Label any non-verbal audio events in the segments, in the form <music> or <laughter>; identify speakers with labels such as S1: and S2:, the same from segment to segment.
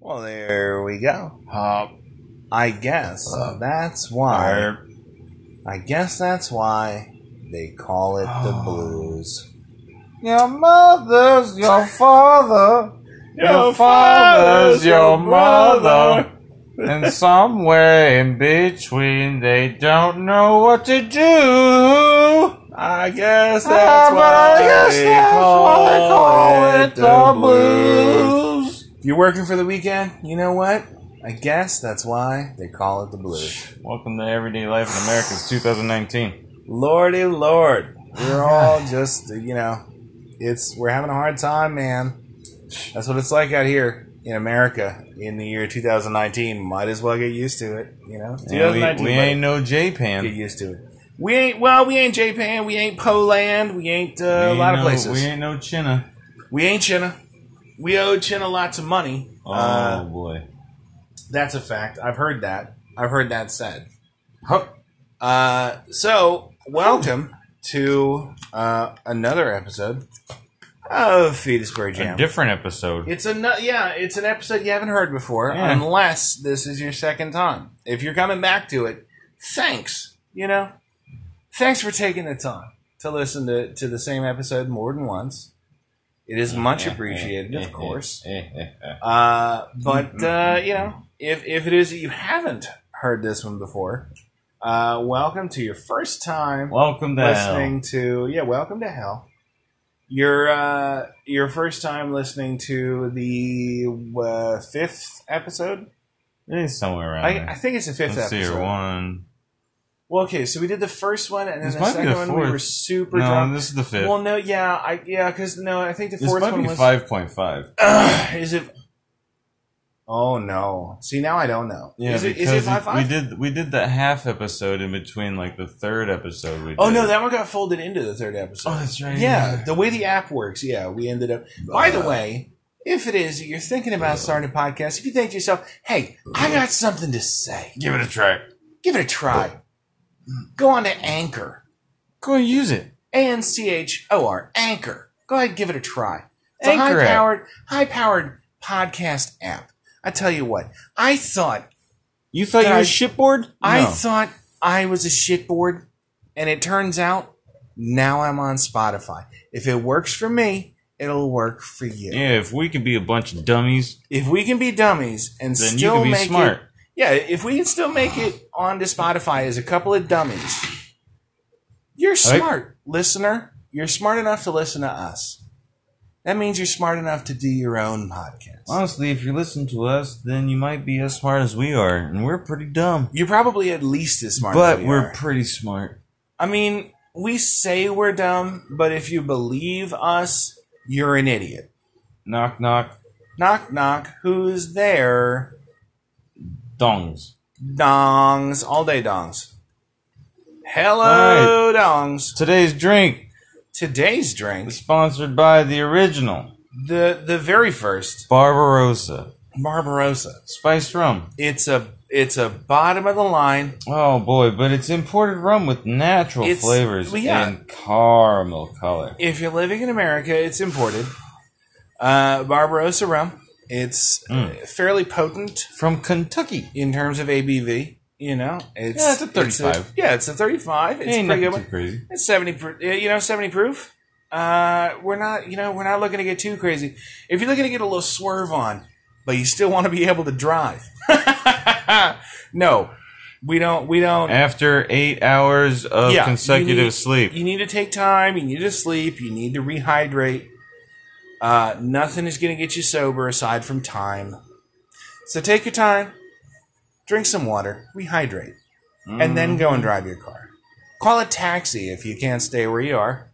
S1: Well, there we go.
S2: Hop.
S1: I guess
S2: Uh,
S1: that's why.
S2: Arp.
S1: I guess that's why they call it the
S2: <sighs> Oh.
S1: blues. Your mother's your father. Your father's your mother. And somewhere in between, they don't know what to do.
S2: I guess
S1: Ah,
S2: that's
S1: but
S2: why
S1: I guess
S2: they
S1: that's why they
S2: call it the blues.
S1: blues. If you're working for the weekend, you know what? I guess that's why they call it the blues.
S2: Welcome to Everyday Life in America's 2019.
S1: Lordy lord. We're all just, you know, it's we're having a hard time, man. That's what it's like out here in America in the year 2019. Might as well get used to it, you know?
S2: And we,
S1: 2019,
S2: we
S1: buddy.
S2: ain't no
S1: get
S2: J-Pan.
S1: used to it. We ain't well. We ain't Japan. We ain't Poland. We ain't uh, a lot of
S2: no,
S1: places.
S2: We ain't no China.
S1: We ain't China. We owe China lots of money.
S2: Oh,
S1: Uh,
S2: boy.
S1: that's a fact. I've heard that. I've heard that said. Uh, so, welcome to uh, another episode of Fetusberry
S2: A
S1: Jam.
S2: different episode.
S1: it's a nu- yeah. It's an episode you haven't heard before,
S2: Yeah.
S1: unless this is your second time. If you're coming back to it, thanks. You know, thanks for taking the time to listen to to the same episode more than once. It is much appreciated,
S2: Eh,
S1: of course. Uh,
S2: Mm-hmm.
S1: but uh, you know, if if it is that you haven't heard this one before, uh, welcome to your first time
S2: Welcome to
S1: listening to yeah, welcome to hell. Your uh, your first time listening to the uh, fifth episode.
S2: hell. It's Eh, somewhere around
S1: I,
S2: there.
S1: I think it's the 5th
S2: Let's see
S1: episode.
S2: here. One.
S1: Well, okay, so we did the first one, and then
S2: This
S1: the
S2: might be
S1: second
S2: the
S1: one we
S2: fourth.
S1: were super
S2: No,
S1: drunk.
S2: this is the fifth.
S1: Well, no, yeah, I yeah, because no, I think the
S2: this
S1: fourth
S2: might
S1: one
S2: be
S1: was
S2: 5.5.
S1: is it? Oh no! See now I don't know.
S2: Yeah,
S1: is it,
S2: because
S1: is it five
S2: we
S1: five?
S2: did we did that half episode in between like the third episode. We
S1: Oh no,
S2: did.
S1: that one got folded into the third episode.
S2: oh that's right.
S1: yeah, the way the app works. Yeah, we ended up. By the way, if it is that you're thinking about starting a podcast, if you think to yourself, "Hey, I got something to say,"
S2: give it a try.
S1: give it a try. Go on to Anchor,
S2: Go and use it.
S1: A N C H O R, Anchor. Go ahead, and give it a try. It's a
S2: Anchor
S1: high
S2: app.
S1: powered, high powered podcast app. I tell you what, I thought
S2: You thought
S1: you were
S2: shipboard?
S1: I thought I was a shitboard, and it turns out now I'm on Spotify. If it works for me, it'll work for you.
S2: yeah, if we could be a bunch of dummies,
S1: If we can be dummies and
S2: then you
S1: still
S2: can be
S1: make
S2: smart.
S1: it, yeah, if we can still make it onto Spotify as a couple of dummies, you're
S2: Right.
S1: smart, listener. You're smart enough to listen to us. That means you're smart enough to do your own podcast.
S2: Honestly, if you listen to us, then you might be as smart as we are, and we're pretty dumb.
S1: you're probably at least as smart.
S2: But
S1: as we
S2: we're
S1: are.
S2: pretty smart.
S1: I mean, we say we're dumb, but if you believe us, you're an idiot.
S2: Knock knock
S1: Knock, knock. Who's there?
S2: dongs.
S1: Dongs. All day dongs. Hello, dongs.
S2: Today's drink
S1: Today's
S2: is
S1: drink,
S2: sponsored by the original
S1: the the very first
S2: Barbarossa
S1: Barbarossa.
S2: spiced rum.
S1: It's a it's a bottom of the line.
S2: Oh boy, but it's imported rum with natural
S1: It's-
S2: flavors
S1: well, yeah.
S2: and caramel color.
S1: If you're living in America, it's imported. Uh, Barbarossa rum. It's uh fairly potent.
S2: From Kentucky.
S1: in terms of ABV. You know, it's
S2: Yeah, it's a
S1: it's
S2: 35.
S1: yeah, it's a thirty-five. It's a
S2: Ain't
S1: pretty
S2: nothing
S1: good
S2: too
S1: one.
S2: crazy.
S1: It's seventy. pr- uh, You know, seventy proof. Uh, we're not. You know, we're not looking to get too crazy. If you're looking to get a little swerve on, but you still want to be able to drive, <laughs> no, we don't. We don't.
S2: After eight hours of
S1: Yeah, you
S2: consecutive
S1: need-
S2: sleep.
S1: You need to take time. You need to sleep. You need to rehydrate. Uh, nothing is going to get you sober aside from time. So take your time, drink some water, rehydrate, and then go and drive your car. Call a taxi if you can't stay where you are.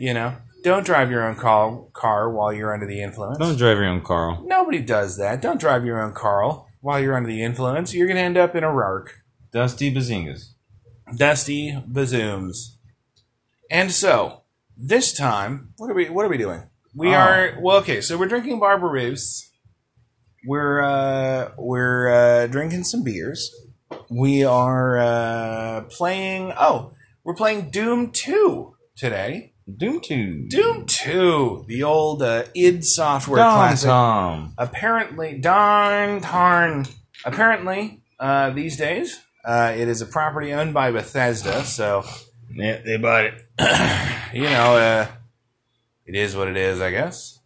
S1: You know, don't drive your own car, car while you're under the influence.
S2: Don't drive your own Carl.
S1: Nobody does that. Don't drive your own car while you're under the influence. You're going to end up in a rark.
S2: Dusty Bazingas.
S1: Dusty Bazooms. And so, this time, what are we what are we doing? We
S2: Oh.
S1: are well okay, so we're drinking Barbaroos. We're uh we're uh drinking some beers. We are uh playing oh, we're playing Doom 2 today.
S2: Doom 2.
S1: Doom 2, the old uh, id software
S2: Dom
S1: classic.
S2: Tom.
S1: Apparently, darn tarn. Apparently, uh, these days, uh, it is a property owned by Bethesda, so,
S2: Yeah, they bought it.
S1: you know, uh, it is what it is, I guess.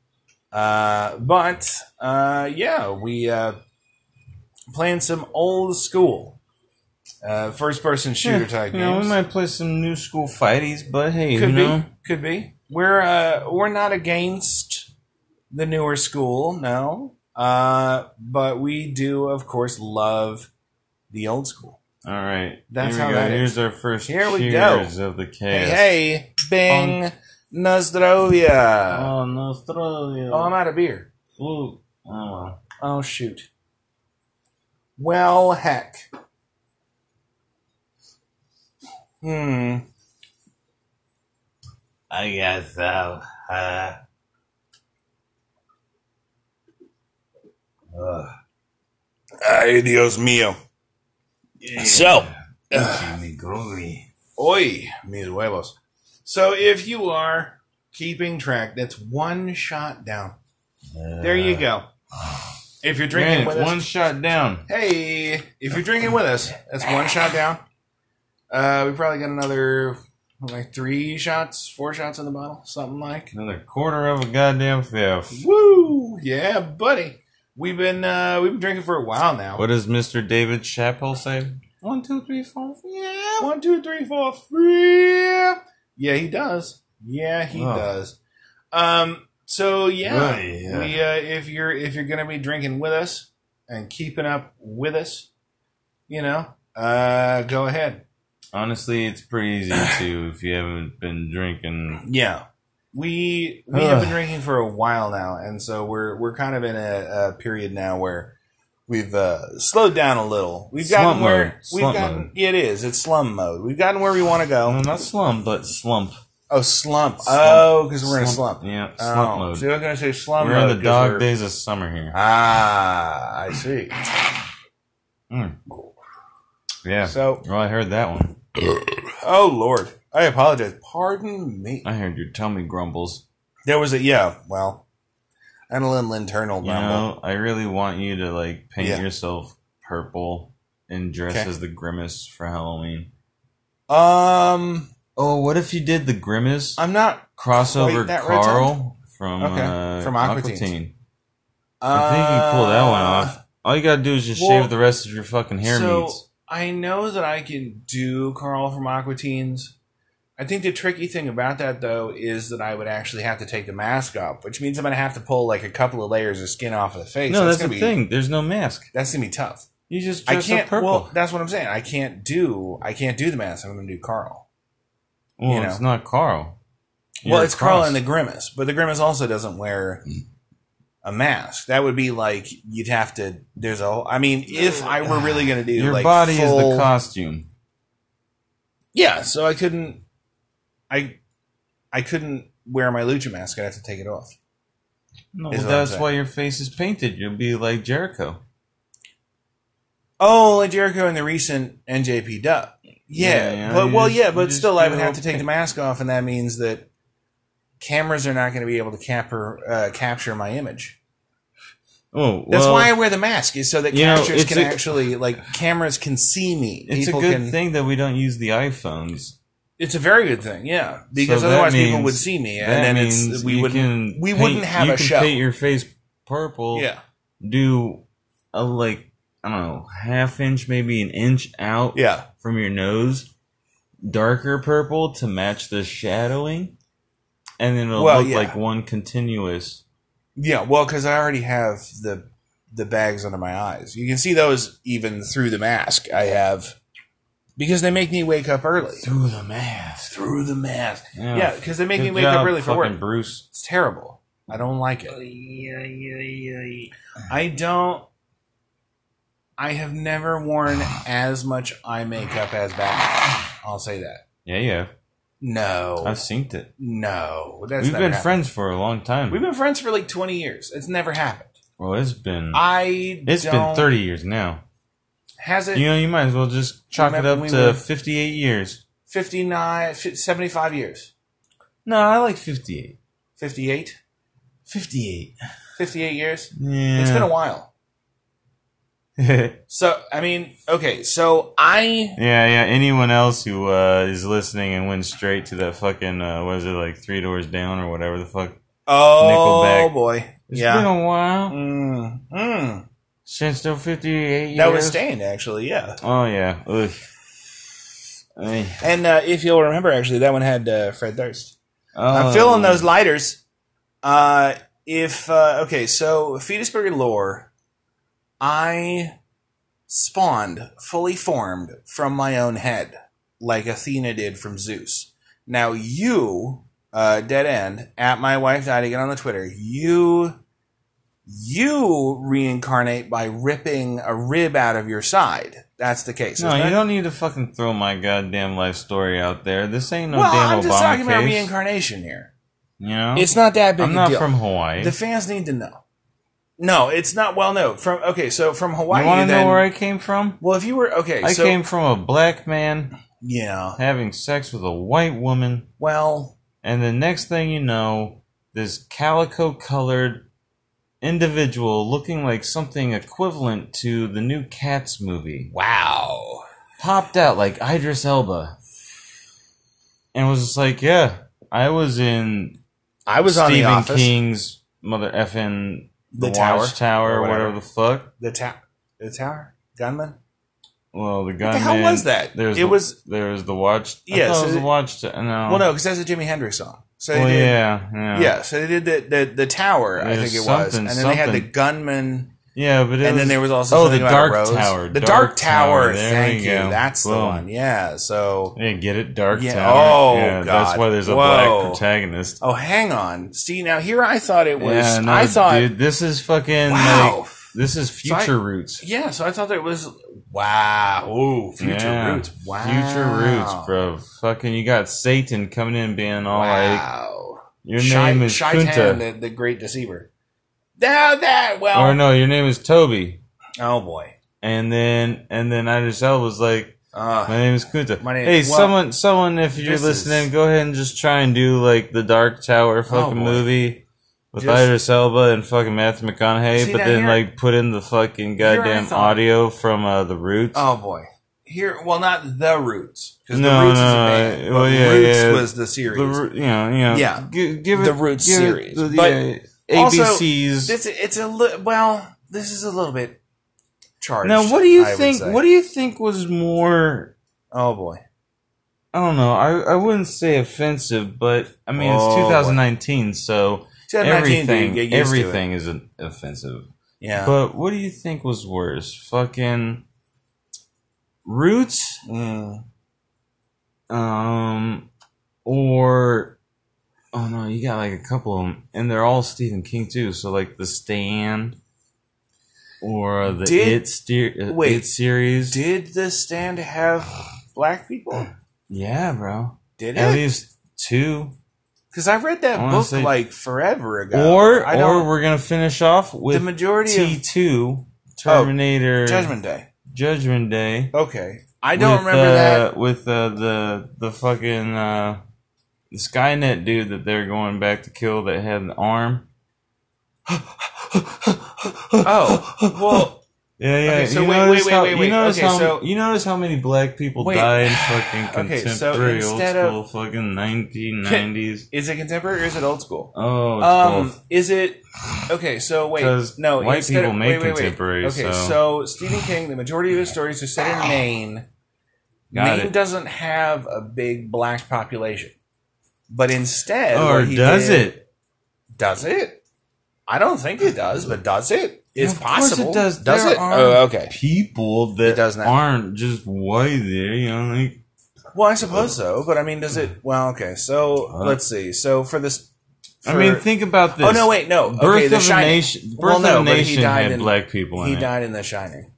S1: Uh, but, uh, yeah, we uh, playing some old school uh, first person shooter type
S2: You know, we
S1: games.
S2: might play some new school fighties, but hey,
S1: Could
S2: you know.
S1: be. Could be. We're uh, we're not against the newer school, no. Uh, but we do, of course, love the old school.
S2: All right.
S1: That's
S2: Here we
S1: how
S2: go.
S1: that
S2: Here's our first
S1: Here we
S2: cheers of the
S1: Hey,
S2: case.
S1: hey, Bing Nostrovia.
S2: Oh, no, Australia.
S1: oh, I'm out of beer.
S2: Fluke. Oh, well.
S1: Oh shoot. Well, heck. Hmm.
S2: I guess uh, uh, uh,
S1: Ay, Dios mío. So.
S2: Jimmy Groovy.
S1: Oy, mis huevos. So if you are keeping track, that's one shot down. There
S2: Uh,
S1: you go. If you're drinking
S2: Man,
S1: with
S2: one
S1: us,
S2: shot down.
S1: hey, if you're drinking with us, that's one shot down. Uh, we probably got another like three shots, four shots in the bottle, something like.
S2: Another quarter of a goddamn fifth.
S1: Woo, yeah, buddy. We've been uh, we've been drinking for a while now.
S2: What does Mr. David Chappell say? One, two, three, four.
S1: Yeah, one, two, three, four, three. Yeah, he does. Yeah, he
S2: Oh.
S1: does. Um. So yeah,
S2: Right, yeah.
S1: we uh, if you're if you're gonna be drinking with us and keeping up with us, you know, uh, go ahead.
S2: Honestly, it's pretty
S1: <laughs>
S2: easy to if you haven't been drinking.
S1: Yeah, we we have
S2: Ugh.
S1: been drinking for a while now, and so we're we're kind of in a, a period now where. We've uh, slowed down a little. We've gotten
S2: Slump
S1: where
S2: mode.
S1: we've
S2: Slump
S1: gotten.
S2: mode.
S1: It is. It's slum mode. We've gotten where we want to go.
S2: Oh, not slump, but slump.
S1: Oh, slump.
S2: Slump.
S1: Oh, because we're in a slump.
S2: Yeah,
S1: Oh,
S2: slump mode.
S1: So you're going to say slump
S2: We're
S1: mode.
S2: in
S1: 'cause
S2: the dog
S1: we're-
S2: days of summer here.
S1: Ah, I see.
S2: Mm. Yeah.
S1: So,
S2: Well, I heard that one.
S1: oh, Lord. I apologize. Pardon me.
S2: I heard your tummy grumbles.
S1: There was a, yeah, well, and a little internal
S2: You
S1: grumble.
S2: know, I really want you to like paint
S1: Yeah.
S2: yourself purple and dress
S1: Okay.
S2: as the grimace for Halloween.
S1: Um,
S2: Oh, what if you did the grimace
S1: I'm not,
S2: crossover
S1: wait, that red
S2: Carl from
S1: Okay,
S2: uh,
S1: from
S2: from
S1: Aqua
S2: Aqua
S1: Teens.
S2: Teen?
S1: uh,
S2: I think you can pull that one off. All you gotta do is just
S1: well,
S2: shave the rest of your fucking hair
S1: Uh, so-
S2: meets.
S1: I know that I can do Carl from Aqua Teens. I think the tricky thing about that, though, is that I would actually have to take the mask off, which means I'm going to have to pull like a couple of layers of skin off of the face.
S2: No, that's the
S1: gonna be-
S2: thing. There's no mask.
S1: That's gonna be tough.
S2: You just
S1: I
S2: dress
S1: can't.
S2: up purple.
S1: Well, that's what I'm saying. I can't do. I can't do the mask. I'm gonna do Carl. you
S2: Well, it's not Carl.
S1: well,
S2: You're
S1: it's Carl
S2: cross.
S1: and the Grimace, but the Grimace also doesn't wear a mask. That would be like you'd have to. There's a. whole- I mean, if I were really gonna do
S2: Your
S1: like
S2: body is
S1: full-
S2: the costume.
S1: Yeah, so I couldn't. I, I couldn't wear my lucha mask. I'd have to take it off.
S2: No,
S1: is what I'm
S2: that's
S1: saying.
S2: why your face is painted. You'll be like Jericho.
S1: Oh, like Jericho in the recent NJP dub. Yeah,
S2: Yeah, yeah,
S1: but
S2: you
S1: well,
S2: just-
S1: yeah,
S2: you
S1: but
S2: just
S1: still, I
S2: do
S1: would
S2: the
S1: have to
S2: whole
S1: take the
S2: thing.
S1: mask off, and that means that cameras are not going to be able to capture uh, capture my image.
S2: Oh,
S1: That's
S2: well,
S1: why I wear the mask, is so that
S2: you know,
S1: captures
S2: it's
S1: can
S2: a-
S1: actually like cameras can see me.
S2: it's a
S1: People
S2: good
S1: can-
S2: thing that we don't use the iPhones.
S1: It's a very good thing, yeah, because
S2: So that
S1: otherwise people
S2: means-
S1: would see me,
S2: that
S1: and then it's
S2: means
S1: we
S2: you
S1: wouldn't
S2: can
S1: we
S2: paint-
S1: wouldn't have
S2: you
S1: a
S2: can
S1: show.
S2: Paint your face purple.
S1: yeah,
S2: Do a like I don't know half inch, maybe an inch out
S1: yeah,
S2: from your nose, darker purple to match the shadowing, and then it'll
S1: Well,
S2: look
S1: yeah.
S2: like one continuous.
S1: yeah. Well, because I already have the the bags under my eyes. You can see those even through the mask. I have because they make me wake up early.
S2: Through the mask.
S1: through the mask. Yeah, because they make me
S2: Good
S1: wake up
S2: job,
S1: early for work.
S2: fucking Bruce.
S1: It's terrible. I don't like it. I don't. I have never worn as much eye makeup as Batman. I'll say that.
S2: Yeah, yeah.
S1: No,
S2: I've seen it.
S1: no, that's
S2: We've
S1: never
S2: been
S1: happened.
S2: friends for a long time.
S1: We've been friends for like twenty years. It's never happened.
S2: well, it's been
S1: I.
S2: it's
S1: don't,
S2: been thirty years now.
S1: Has it?
S2: You know, you might as well just chalk it
S1: Remember
S2: up
S1: we
S2: to
S1: were-
S2: fifty-eight years.
S1: 59, 75 years.
S2: No, I like 58.
S1: 58?
S2: 58.
S1: 58 years?
S2: Yeah.
S1: It's
S2: <laughs>
S1: been a while.
S2: yeah,
S1: So, I mean, okay, so I.
S2: yeah. Anyone else who uh, is listening and went straight to that fucking, uh, what is it, like Three Doors Down or whatever the fuck?
S1: Oh,
S2: Nickelback.
S1: boy.
S2: It's
S1: yeah.
S2: been a while
S1: Mm, mm.
S2: since the 58
S1: That was
S2: years.
S1: stained, actually, yeah.
S2: Oh, yeah. Ugh. Ay.
S1: And uh, if you'll remember, actually, that one had uh, Fred Durst.
S2: Oh.
S1: I'm filling those lighters. Uh, if uh, okay, so Fetusburg lore, I spawned fully formed from my own head, like Athena did from Zeus. Now you, uh, dead end at my wife died again on the Twitter. You, you reincarnate by ripping a rib out of your side. That's the case.
S2: No,
S1: isn't
S2: you
S1: it?
S2: don't need to fucking throw my goddamn life story out there. This ain't no
S1: well,
S2: damn
S1: I'm just
S2: Obama
S1: talking about
S2: case.
S1: reincarnation here.
S2: you know,
S1: It's not that big
S2: I'm
S1: a
S2: not
S1: deal.
S2: from Hawaii.
S1: The fans need to know. No, it's not well known. From okay, so from Hawaii.
S2: you want to
S1: then-
S2: know where I came from?
S1: well, if you were okay,
S2: I
S1: so,
S2: came from a black man
S1: Yeah.
S2: having sex with a white woman,
S1: Well,
S2: and the next thing you know, this calico-colored individual looking like something equivalent to the new Cats movie
S1: wow.
S2: popped out like Idris Elba, and was just like, "Yeah, I was in
S1: I was on
S2: Stephen
S1: the office.
S2: King's mother effing
S1: The
S2: the,
S1: tower,
S2: watchtower,
S1: or
S2: or
S1: whatever.
S2: whatever. the fuck.
S1: The tower. The tower. Gunman.
S2: Well, the
S1: What
S2: gunman.
S1: the hell was that?
S2: There's
S1: it
S2: the,
S1: was.
S2: there was the watch. I
S1: Yes,
S2: thought it was
S1: it-
S2: the watchtower. No.
S1: Well, no, because that's a Jimi Hendrix song. So they
S2: Well,
S1: did,
S2: yeah, Oh. yeah,
S1: Yeah, so they did the the, the tower. I
S2: There's
S1: think it was, and
S2: something,
S1: then they had the
S2: something.
S1: gunman,
S2: Yeah, but it
S1: and
S2: was,
S1: then there was also
S2: oh,
S1: something
S2: the
S1: about a
S2: dark
S1: rose.
S2: tower,
S1: the dark,
S2: dark
S1: tower.
S2: tower, there
S1: Thank
S2: we
S1: you.
S2: go.
S1: That's the
S2: Boom.
S1: one. Yeah. So
S2: yeah, get it, dark
S1: Yeah,
S2: tower.
S1: oh,
S2: yeah,
S1: God.
S2: that's why there's a
S1: Whoa.
S2: black protagonist.
S1: Oh, hang on. See, now here I thought it was.
S2: yeah, no,
S1: I thought,
S2: dude, this is fucking
S1: wow.
S2: like this is
S1: I-
S2: future roots.
S1: yeah, so I thought that it was, wow. Ooh, future
S2: Yeah.
S1: roots. Wow.
S2: Future roots, bro. Fucking, you got Satan coming in and being all like,
S1: Wow.
S2: "Your
S1: Shy-
S2: name is
S1: Shaitan,
S2: Kunta."
S1: the, the great deceiver. Now that, well.
S2: Or no, your name is Toby.
S1: Oh, boy.
S2: And then and then Idris Elba was like,
S1: Uh,
S2: My name is Kunta.
S1: My name-
S2: hey,
S1: well,
S2: someone someone if you're
S1: this
S2: listening,
S1: is- Oh,
S2: go ahead and just try and do like the Dark Tower fucking
S1: boy.
S2: movie with
S1: Just-
S2: Idris Elba and fucking Matthew McConaughey,
S1: See,
S2: but
S1: now
S2: then
S1: here-
S2: like put in the fucking
S1: Here I
S2: goddamn
S1: thought-
S2: audio from uh, the Roots.
S1: oh, boy. Here, well, not the roots. Because the
S2: No,
S1: roots is a
S2: no,
S1: band.
S2: well,
S1: but
S2: yeah,
S1: roots
S2: yeah.
S1: was the series.
S2: the Roo- you know, you know,
S1: Yeah.
S2: gi- give it
S1: The Roots
S2: give it
S1: series.
S2: the-
S1: But
S2: yeah,
S1: also,
S2: ABC's.
S1: It's, it's a little, well, this is a little bit charged.
S2: now, what do you
S1: I would
S2: think?
S1: say.
S2: What do you think was more
S1: Oh boy.
S2: I don't know. I, I wouldn't say offensive, but I mean
S1: Oh,
S2: it's
S1: boy.
S2: 2019, so
S1: 2019, dude,
S2: everything
S1: get used to it.
S2: everything is an- offensive.
S1: Yeah.
S2: But what do you think was worse, fucking Roots,
S1: Mm.
S2: um, or oh no, you got like a couple of them, and they're all Stephen King too. So like The Stand, or the
S1: Did-
S2: It, steer, uh,
S1: wait,
S2: it series.
S1: Did the stand have black people?
S2: yeah, bro,
S1: Did
S2: at
S1: it?
S2: least two.
S1: Because I read that
S2: I wanna
S1: book
S2: say-
S1: like forever ago.
S2: Or
S1: I
S2: or
S1: don't,
S2: we're gonna finish off
S1: the
S2: with
S1: majority
S2: T two Terminator
S1: of Judgment Day.
S2: Judgment Day.
S1: Okay, I don't
S2: with,
S1: remember
S2: uh,
S1: that.
S2: with uh, the the fucking uh, the Skynet dude that they're going back to kill that had
S1: <laughs>
S2: an arm.
S1: Oh well,
S2: Yeah, yeah.
S1: Okay, so
S2: you
S1: wait, wait,
S2: notice
S1: wait,
S2: how,
S1: wait, wait.
S2: You notice
S1: Okay,
S2: how
S1: so-
S2: you notice how many black people
S1: Wait.
S2: died in
S1: <sighs>
S2: fucking
S1: Okay, so
S2: contemporary
S1: instead of-
S2: old school fucking nineteen nineties.
S1: is it contemporary or is it old school?
S2: Oh, it's
S1: Um,
S2: both.
S1: is it okay? So wait,
S2: 'Cause
S1: no,
S2: white
S1: instead
S2: people
S1: of,
S2: make
S1: wait, wait, wait.
S2: contemporary,
S1: Okay,
S2: so-
S1: so Stephen King, the majority of his stories are set in Maine.
S2: Got
S1: Maine
S2: it.
S1: doesn't have a big black population, but instead,
S2: or
S1: what he
S2: does
S1: did-
S2: it?
S1: Does it? I don't think it does, but does it? It's
S2: Of course
S1: possible.
S2: it does.
S1: Does
S2: There
S1: it?
S2: are-
S1: Oh, okay.
S2: People
S1: It
S2: that
S1: does not.
S2: aren't just white there, you know, like
S1: Well, I suppose so, but I mean, does it? Well, okay. So
S2: Uh-huh.
S1: let's see. So for this,
S2: I
S1: for-
S2: mean, think about this.
S1: oh no, wait, no.
S2: Birth
S1: okay, the
S2: of a
S1: Shining.
S2: Nation. Birth
S1: Well, no,
S2: of a
S1: but he
S2: Nation
S1: died
S2: had
S1: in-
S2: black people
S1: He
S2: in it.
S1: died in The Shining.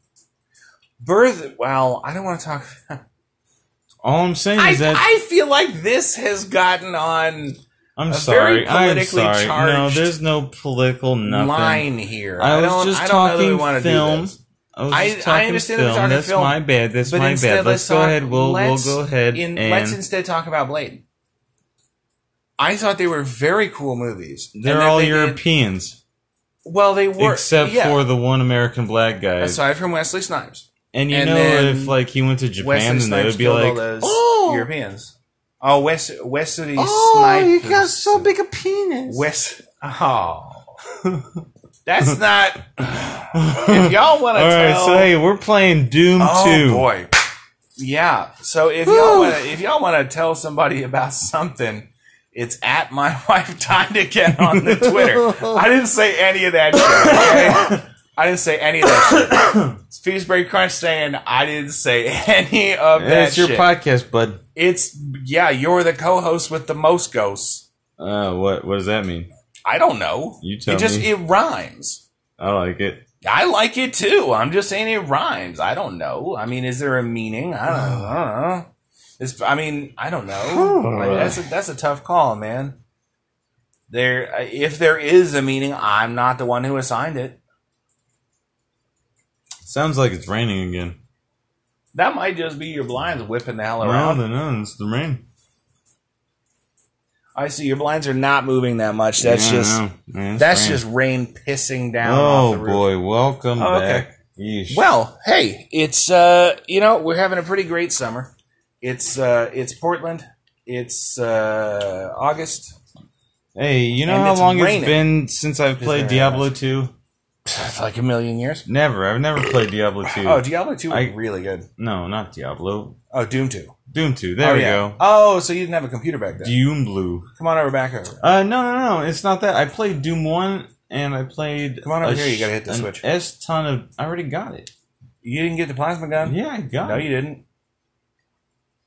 S1: Birth. Well, I don't want to talk. <laughs>
S2: All I'm saying
S1: I,
S2: is that
S1: I feel like this has gotten on
S2: I'm
S1: a
S2: sorry.
S1: very
S2: I'm
S1: politically
S2: sorry. No,
S1: charged
S2: there's no political nothing.
S1: line here.
S2: I was
S1: don't.
S2: just
S1: I don't know that
S2: talking
S1: we want to do
S2: film.
S1: this.
S2: I was
S1: I-
S2: just
S1: I
S2: talking
S1: understand that we're
S2: film.
S1: talking
S2: That's
S1: film,
S2: my bad. That's
S1: but
S2: my
S1: instead
S2: bad.
S1: let's
S2: Let's go
S1: talk-
S2: ahead. We'll
S1: let's-
S2: we'll go ahead
S1: In,
S2: and
S1: let's instead talk about Blade. I thought they were very cool movies. And
S2: They're
S1: then
S2: all
S1: they did-
S2: Europeans
S1: well, they were
S2: except
S1: yeah,
S2: for the one American black guy.
S1: aside from Wesley Snipes.
S2: and you
S1: and
S2: know,
S1: then
S2: if like he went to
S1: Wesley
S2: Japan, then they
S1: Snipes
S2: would be
S1: killed all
S2: like,
S1: those
S2: "Oh,
S1: Europeans. Oh, Wes Wesley
S2: oh, you
S1: Snipes.
S2: got so big a penis."
S1: Wes. Oh, <laughs> that's not. if y'all want to
S2: all right,
S1: tell,
S2: so hey, we're playing Doom
S1: oh
S2: 2.
S1: boy, yeah. So if y'all
S2: Whew.
S1: want to, if y'all want to tell somebody about something, it's at my <laughs> wife died again on the Twitter. I didn't say any of that. Shit, okay? I didn't say any of that.
S2: <coughs>
S1: Shit. It's Peasbury Crunch saying I didn't say <laughs> any of that.
S2: That's your
S1: shit.
S2: podcast, bud.
S1: It's yeah. You're the co-host with the most ghosts.
S2: Uh, what what does that mean?
S1: I don't know.
S2: You tell
S1: it just
S2: me.
S1: it rhymes.
S2: I like it.
S1: I like it too. I'm just saying it rhymes. I don't know. I mean, is there a meaning?
S2: <sighs>
S1: I don't, I don't know. It's, I mean, I don't
S2: <sighs>
S1: know. Like, that's a, that's a tough call, man. There, if there is a meaning, I'm not the one who assigned it.
S2: Sounds like it's raining again.
S1: That might just be your blinds whipping the hell
S2: No,
S1: around.
S2: no, no, uh, it's the rain.
S1: I see your blinds are not moving that much. That's
S2: Yeah, I
S1: just
S2: know. Yeah, it's
S1: that's
S2: rain.
S1: just rain pissing down. off
S2: Oh
S1: the roof.
S2: boy, welcome
S1: Oh, okay.
S2: back. Yeesh.
S1: Well, hey, it's uh, you know, we're having a pretty great summer. It's uh, it's Portland. It's uh, August.
S2: hey, you know
S1: and
S2: how
S1: it's
S2: long
S1: raining.
S2: it's been since I've played
S1: very nice.
S2: Diablo 2?
S1: It's like a million years.
S2: Never. I've never played Diablo 2.
S1: Oh, Diablo two was
S2: I-
S1: really good.
S2: no, not Diablo.
S1: Oh, Doom two.
S2: Doom 2. There
S1: oh,
S2: we
S1: yeah.
S2: go.
S1: Oh, so you didn't have a computer back then?
S2: Doom Blue.
S1: Come on over back over.
S2: Uh, no, no, no. It's not that. I played Doom 1 and I played.
S1: Come on over
S2: a
S1: here, you gotta hit the
S2: an
S1: switch.
S2: S ton of. I already got it.
S1: You didn't get the plasma gun.
S2: Yeah, I got
S1: No,
S2: it.
S1: you didn't.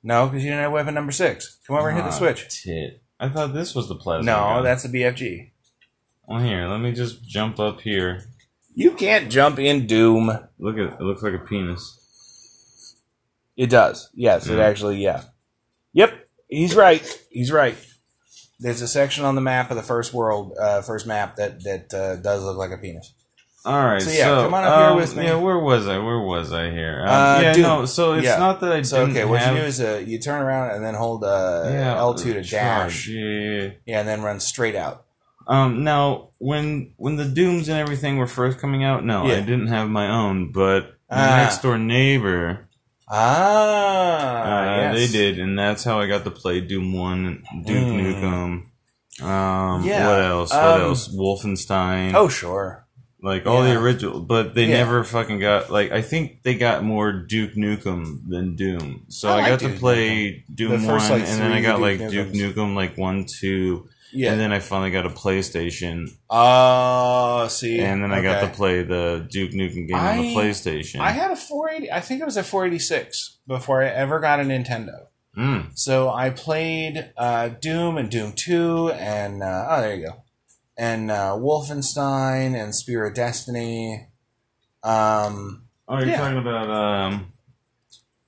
S1: No, because you didn't have weapon number six. Come over and hit the
S2: Ah,
S1: switch.
S2: tit. I thought this was the plasma.
S1: No,
S2: gun.
S1: that's the BFG.
S2: Well, here, let me just jump up here.
S1: You can't jump in Doom.
S2: Look at it looks like a penis.
S1: It does. Yes, it
S2: Yeah.
S1: actually, yeah. Yep, he's right. He's right. There's a section on the map of the first world, uh, first map that that uh, does look like a penis.
S2: All right,
S1: So,
S2: so,
S1: yeah, come on up here
S2: um,
S1: with me.
S2: Yeah, where was I? Where was I here? Um,
S1: Uh,
S2: yeah,
S1: dude.
S2: no. So it's
S1: Yeah.
S2: not that I
S1: So
S2: didn't
S1: okay, what
S2: have. Oh,
S1: you do is uh, you turn around and then hold uh,
S2: yeah,
S1: L2 to
S2: trash,
S1: dash,
S2: Yeah, yeah, yeah.
S1: yeah, and then run straight out.
S2: Um, now when when the dooms and everything were first coming out, no,
S1: Yeah.
S2: I didn't have my own, but
S1: Ah.
S2: my next door neighbor, uh,
S1: Ah, yes.
S2: they did, and that's how I got to play Doom One, Duke
S1: Mm.
S2: Nukem. Um,
S1: Yeah,
S2: what else?
S1: um,
S2: what else? Wolfenstein.
S1: Oh sure,
S2: Like all
S1: Yeah.
S2: the original, but they
S1: Yeah.
S2: never fucking got like I think they got more Duke Nukem than Doom. So
S1: I
S2: I,
S1: like
S2: got
S1: Duke
S2: to play Doom
S1: The first,
S2: one,
S1: like,
S2: and then I
S1: three
S2: got
S1: Duke
S2: like Duke
S1: Nukems.
S2: Nukem like one, two,
S1: yeah.
S2: and then I finally got a PlayStation,
S1: Oh, see,
S2: and then I got
S1: Okay.
S2: to play the Duke Nukem game on
S1: I-
S2: the PlayStation.
S1: I had a 480. I think it was a 486 before I ever got a Nintendo.
S2: mm.
S1: So I played uh, Doom and Doom 2 and uh, oh there you go. And uh, Wolfenstein and Spear of Destiny. Um,
S2: Oh, you're
S1: Yeah.
S2: talking about um,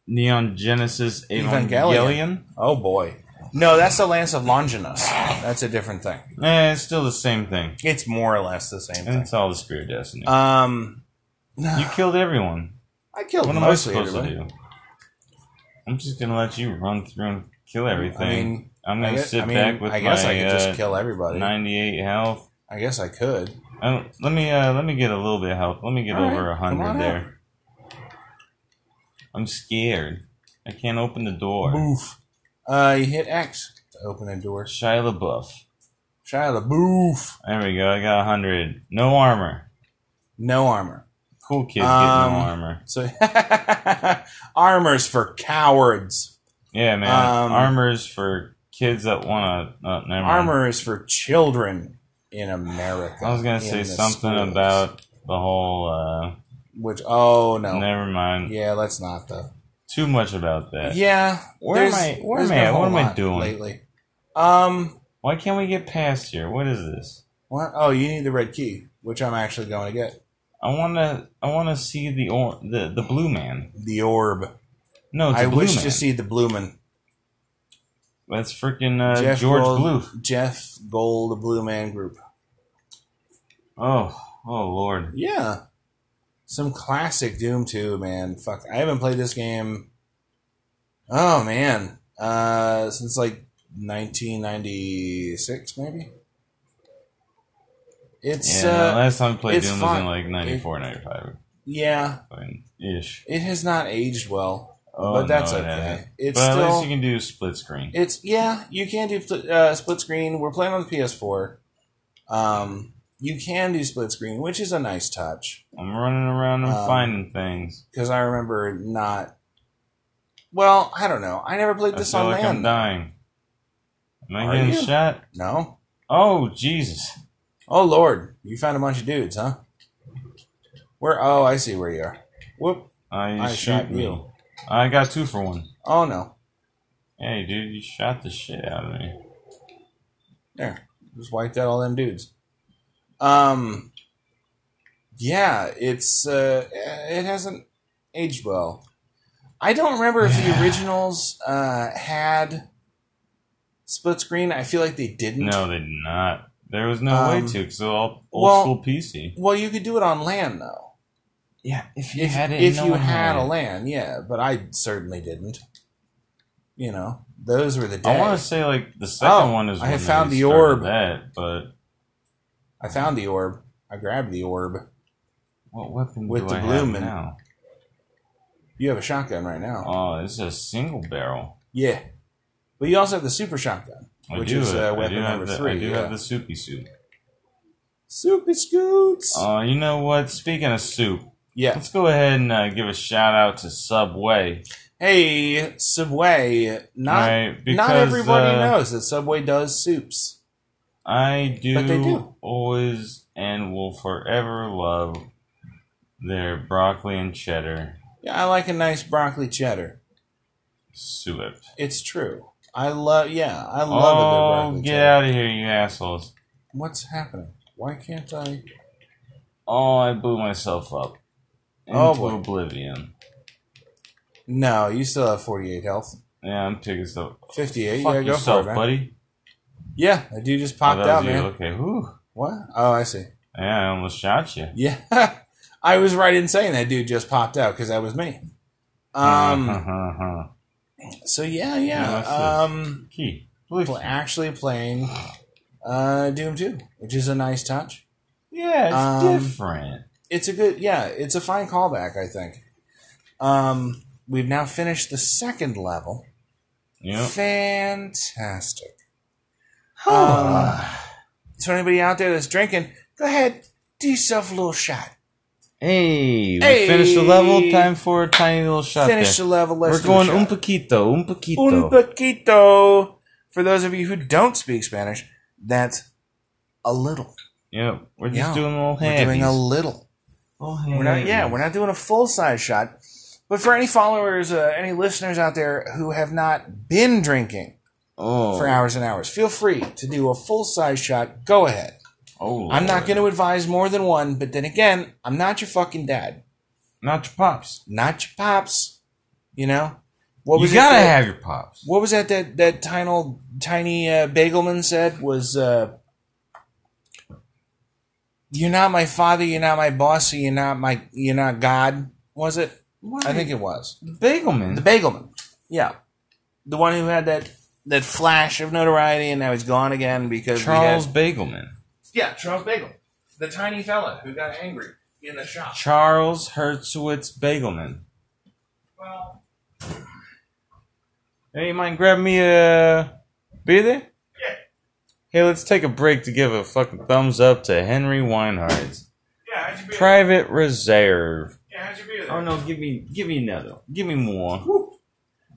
S2: Neon Genesis
S1: Evangelion.
S2: Evangelion.
S1: oh boy. No, that's the Lance of Longinus. That's a different thing.
S2: Eh, it's still the same thing.
S1: It's more or less the same
S2: And
S1: thing.
S2: it's all the Spirit of Destiny.
S1: Um,
S2: you killed everyone.
S1: I killed
S2: What am I
S1: mostly
S2: supposed
S1: everybody.
S2: to do? I'm just gonna let you run through and kill everything.
S1: I mean,
S2: I'm
S1: I
S2: gonna
S1: guess,
S2: sit
S1: I, mean,
S2: back with
S1: I, guess
S2: my
S1: I could just
S2: uh,
S1: kill everybody.
S2: 98 health.
S1: I guess I could.
S2: Oh, let me uh, let me get a little bit of health. Let me get
S1: All right,
S2: over a
S1: come on
S2: 100
S1: out.
S2: there. I'm scared. I can't open the door.
S1: Boof. Uh, you hit X to open a door.
S2: Shia LaBeouf.
S1: Shia the boof.
S2: There we go. I got 100. No armor.
S1: No armor.
S2: Cool kids get
S1: Um,
S2: no armor.
S1: So <laughs> armors for cowards.
S2: Yeah, man.
S1: um,
S2: Armor's for kids that wanna. Uh, never mind.
S1: Armor is for children in America.
S2: I was gonna
S1: in
S2: say
S1: the
S2: something
S1: schools.
S2: about the whole. Uh,
S1: which. Oh no.
S2: Never mind.
S1: Yeah, let's not though.
S2: Too much about that.
S1: Yeah.
S2: Where am
S1: there's-
S2: I- where
S1: there's
S2: am I at?
S1: whole
S2: What am I
S1: lot
S2: doing?
S1: lately? Um.
S2: Why can't we get past here? What is this?
S1: What? Oh, you need the red key, which I'm actually going to get.
S2: I wanna, I wanna see the or the the blue man.
S1: The orb.
S2: No, Oh, it's
S1: I
S2: the blue
S1: wish
S2: man.
S1: to see the Blumen.
S2: That's freaking uh,
S1: Jeff
S2: George
S1: Gold,
S2: Blue.
S1: Jeff Gold Blue Man Group.
S2: Oh, oh lord.
S1: Yeah. Some classic Doom 2, man. Fuck. I haven't played this game. Oh man. Uh since like 1996, maybe. It's
S2: yeah,
S1: uh,
S2: last time I played
S1: it's
S2: Doom was
S1: fun.
S2: in like 94, 95.
S1: yeah,
S2: I mean, ish.
S1: it has not aged well,
S2: Oh,
S1: but that's
S2: no, it
S1: okay.
S2: hasn't.
S1: It's
S2: but at
S1: still
S2: least you can do split screen.
S1: It's yeah, you can do pl- uh, split screen. We're playing on the PS4. Um, you can do split screen, which is a nice touch
S2: I'm running around and
S1: Um,
S2: finding things.
S1: because I remember not. Well, I don't know. I never played
S2: I
S1: this
S2: feel
S1: on
S2: like I'm
S1: land.
S2: dying. Am I
S1: Are
S2: getting
S1: you?
S2: shot?
S1: No.
S2: Oh, Jesus.
S1: Oh Lord, you found a bunch of dudes, huh? Where? Oh, I see where you are. Whoop!
S2: I,
S1: I
S2: shoot
S1: shot
S2: me.
S1: you.
S2: I got two for one.
S1: Oh no.
S2: Hey, dude, you shot the shit out of me.
S1: There. Just wiped out all them dudes. Um. Yeah, it's uh, it hasn't aged well. I don't remember if the
S2: Yeah.
S1: originals uh, had split screen. I feel like they didn't.
S2: No, they did not. There was no
S1: Um,
S2: way to because all old
S1: well-
S2: school PC.
S1: Well, you could do it on LAN though.
S2: Yeah, if
S1: If, if you had a LAN, yeah. But I certainly didn't. You know, those were the days.
S2: I want to say like the second
S1: Oh,
S2: one is.
S1: I
S2: when
S1: have
S2: they
S1: found the
S2: started
S1: orb.
S2: That, but
S1: I found the orb. I grabbed the orb.
S2: what weapon
S1: With
S2: do
S1: the
S2: I
S1: bloom
S2: have
S1: and-
S2: now?
S1: You have a shotgun right now.
S2: Oh, this is a single barrel.
S1: Yeah. But you also have the super shotgun,
S2: I
S1: which
S2: do,
S1: is
S2: it.
S1: uh,
S2: I do
S1: weapon
S2: have
S1: number
S2: the,
S1: three.
S2: I do
S1: yeah.
S2: have the soupy soup.
S1: super scoots.
S2: Oh, you know what? Speaking of soup,
S1: yeah.
S2: let's go ahead and uh, give a shout out to Subway.
S1: Hey, Subway. Not
S2: right?
S1: not everybody
S2: uh,
S1: knows that Subway does soups.
S2: I do,
S1: But they do.
S2: always and will forever love their broccoli and cheddar
S1: Yeah, I like a nice broccoli cheddar.
S2: soup.
S1: It's true. I love. Yeah, I love a good
S2: Oh,
S1: broccoli
S2: get
S1: cheddar.
S2: out of here, you assholes.
S1: What's happening? Why can't I?
S2: Oh, I blew myself up into
S1: Oh, boy.
S2: oblivion.
S1: No, you still have forty-eight health.
S2: Yeah, I'm picking stuff.
S1: Fifty-eight.
S2: Fuck
S1: yeah, go
S2: yourself,
S1: for it, man.
S2: buddy.
S1: Yeah, that dude just
S2: Oh,
S1: popped
S2: that
S1: out,
S2: was you.
S1: man.
S2: Okay, whew.
S1: What? Oh, I see.
S2: Yeah, I almost shot you.
S1: Yeah, <laughs> I was right in saying that dude just popped out because that was me. Um. so yeah,
S2: Mm-hmm. Yeah,
S1: yeah.
S2: that's it.
S1: um.
S2: <laughs> Key. Look.
S1: pl- Actually playing uh, Doom Two, which is a nice touch.
S2: Yeah, it's
S1: Um,
S2: different.
S1: It's a good. Yeah, it's a fine callback. I think. Um. We've now finished the second level.
S2: Yep.
S1: Fantastic. Um, so anybody out there that's drinking, go ahead, do yourself a little shot.
S2: <sighs> Hey, we
S1: Hey.
S2: finished the level. Time for a tiny little shot.
S1: Finish
S2: there.
S1: the level. Let's
S2: We're
S1: do a
S2: going
S1: shot.
S2: un poquito, un poquito.
S1: Un poquito. For those of you who don't speak Spanish, that's a little.
S2: yep, we're just
S1: Yeah.
S2: doing little
S1: We're
S2: handies.
S1: doing a little. We're not, yeah, we're not doing a full size shot. But for any followers, uh, any listeners out there who have not been drinking
S2: oh,
S1: for hours and hours, feel free to do a full size shot. Go ahead.
S2: oh,
S1: I'm not
S2: Lord.
S1: going to advise more than one, but then again, I'm not your fucking dad,
S2: Not your pops.
S1: not your pops. You know what
S2: you
S1: it
S2: gotta
S1: that-
S2: have your pops.
S1: What was that that that tiny old- tiny uh, Bagelman said was uh, you're not my father, you're not my boss, so you're not my you're not God. Was it? I think it was
S2: Bagelman.
S1: the Bagelman. Yeah, the one who had that that flash of notoriety and now he's gone again because we
S2: Charles
S1: had-
S2: Bagelman.
S1: yeah, Charles Bagel, the tiny fella who got angry in the shop.
S2: Charles Herzowitz Bagelman.
S1: Well,
S2: Hey, you mind grab me a beer there?
S1: Yeah.
S2: Hey, let's take a break to give a fucking thumbs up to Henry Weinhard's
S1: yeah, how'd you be?
S2: Private Reserve.
S1: yeah, how'd you be there?
S2: Oh no, give me give me another. Give me more.
S1: Whew.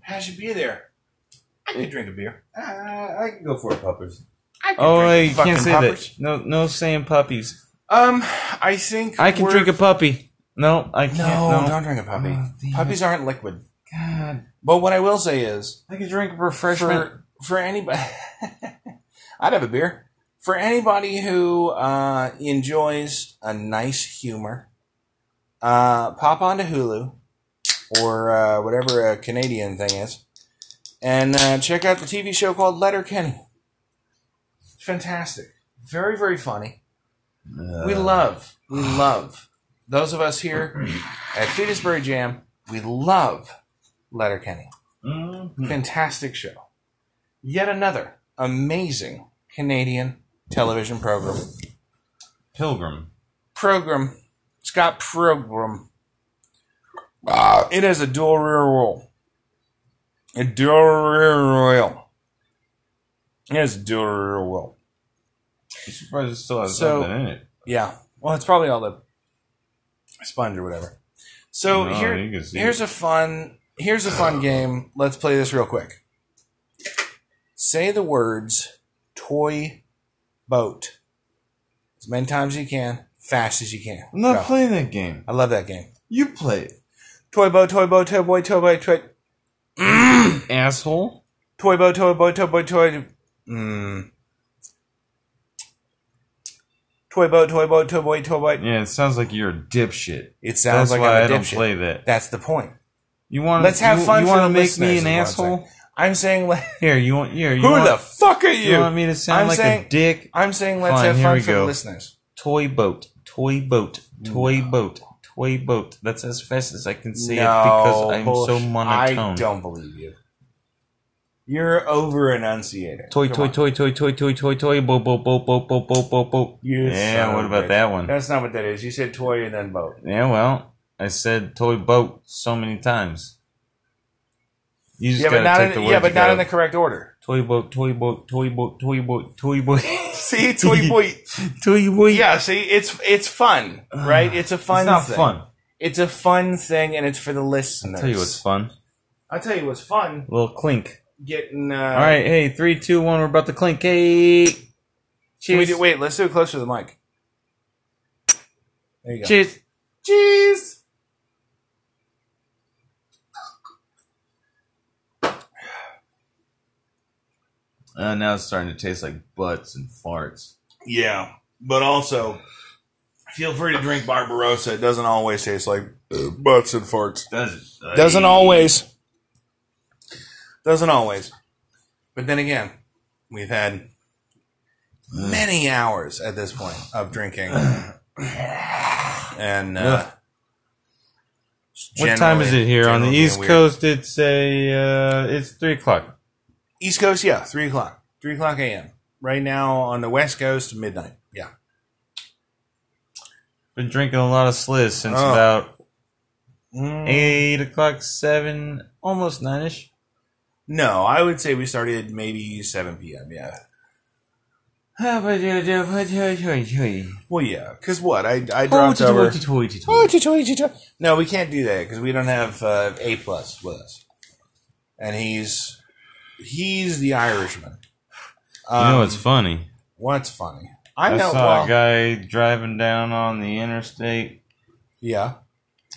S1: How'd you be there? I could drink a beer. Uh, I can go for it, puppers. I can
S2: Oh,
S1: drink
S2: hey, you
S1: fucking
S2: can't say
S1: puppers.
S2: that. No, no saying puppies.
S1: Um, I think
S2: I can
S1: we're-
S2: drink a puppy. No, I can't.
S1: No,
S2: No,
S1: don't drink a puppy.
S2: Oh, damn
S1: Puppies aren't liquid.
S2: God,
S1: But what I will say is,
S2: I can drink a refreshment.
S1: for for anybody, <laughs> I'd have a beer. For anybody who uh, enjoys a nice humor, uh, pop onto Hulu or uh, whatever a Canadian thing is, and uh, check out the TV show called Letter Kenny. It's fantastic, very very funny. We love, we love those of us here at Fetusbury Jam. We love Letterkenny.
S2: Mhm.
S1: Fantastic show. yet another amazing Canadian television program.
S2: Pilgrim.
S1: Program. Scott Program. Ah, it has a dual rear roll. A dual rear roll. It has a dual rear roll.
S2: I'm surprised it still has
S1: So-
S2: something in it.
S1: Yeah. Well, it's probably all the sponge or whatever. So
S2: No,
S1: here,
S2: you can see
S1: here's a fun here's a fun
S2: <sighs>
S1: game. Let's play this real quick. Say the words toy boat as many times as you can, fast as you can.
S2: I'm not
S1: Go.
S2: playing that game.
S1: I love that game.
S2: You play it.
S1: Toy boat, toy boat, toy boy, toy boy, toy
S2: Asshole.
S1: toy boat, toy boat, toy boy, toy. Mm. Toy boat, toy boat, toy boy, toy boy.
S2: Yeah, it sounds like you're a dipshit.
S1: It sounds
S2: That's
S1: like
S2: why
S1: I'm a
S2: I don't
S1: dipshit.
S2: play that.
S1: That's the point.
S2: You want?
S1: Let's have
S2: you,
S1: fun
S2: You
S1: for
S2: want to
S1: the
S2: make me
S1: listeners is
S2: an
S1: what I'm
S2: asshole?
S1: I'm saying, let,
S2: Here, you want? Here,
S1: <laughs>
S2: you
S1: who
S2: want?
S1: the fuck are
S2: you?
S1: you?
S2: want me to sound
S1: I'm
S2: like
S1: saying-
S2: a dick?
S1: I'm saying, let's
S2: Fine,
S1: have
S2: here
S1: fun
S2: we
S1: for the
S2: go.
S1: listeners.
S2: Toy boat. Toy boat. Toy boat. Toy boat. That's as fast as I can say
S1: No,
S2: it because I'm so
S1: bullsh-
S2: monotone.
S1: I don't believe you. You're over enunciator.
S2: Toy, toy, toy, toy, toy, toy, toy, toy, bo, bo, bo, bo, bo, bo, bo, bo.
S1: You son
S2: Yeah,
S1: of
S2: what
S1: a
S2: about
S1: bitch.
S2: that one?
S1: That's not what that is. You said toy and then boat.
S2: Yeah, well, I said toy boat so many times. You just
S1: Yeah, but
S2: gotta
S1: not
S2: take
S1: in
S2: the
S1: the,
S2: words.
S1: yeah, but
S2: you
S1: not
S2: gotta-
S1: in the correct
S2: <laughs>
S1: order.
S2: toy boat, toy boat, toy boat, toy boat, toy boat, <laughs>
S1: See, <laughs> toy boy.
S2: toy boat.
S1: Yeah, see, it's it's fun, right? It's a fun.
S2: it's not
S1: thing.
S2: fun.
S1: It's a fun thing, and it's for the listeners.
S2: I'll tell you what's fun.
S1: I'll tell you what's fun.
S2: A little clink.
S1: Getting uh,
S2: All right, hey, three, two, one. We're about to clink. Hey,
S1: Can we
S2: cheers.
S1: do, wait, let's do it closer to the mic. There you go.
S2: Cheers.
S1: Cheese.
S2: Uh, now it's starting to taste like butts and farts.
S1: Yeah, but also feel free to drink Barbarossa. It doesn't always taste like uh, butts and farts.
S2: Does it?
S1: Doesn't always. Doesn't always. But then again, we've had many hours at this point of
S2: <clears throat>
S1: drinking. And uh,
S2: What time is
S1: generally-
S2: it here on the
S1: generally
S2: East
S1: weird.
S2: Coast? It's a uh, it's three o'clock.
S1: East Coast, yeah, three o'clock, three o'clock a.m. Right now on the West Coast, midnight. Yeah,
S2: Been drinking a lot of sliz since
S1: Oh.
S2: about
S1: Mm,
S2: eight o'clock, seven, almost nine ish.
S1: no, I would say we started maybe seven p.m. Yeah,
S2: Hoity-toity-toity.
S1: well, yeah, because what I I dropped over.
S2: Hoity-toity-toity.
S1: No, we can't do that because we don't have uh, a plus with us, and he's he's the Irishman.
S2: You
S1: Um,
S2: know what's funny?
S1: what's funny? I
S2: I
S1: know.
S2: saw
S1: well,
S2: a guy driving down on the interstate,
S1: Yeah,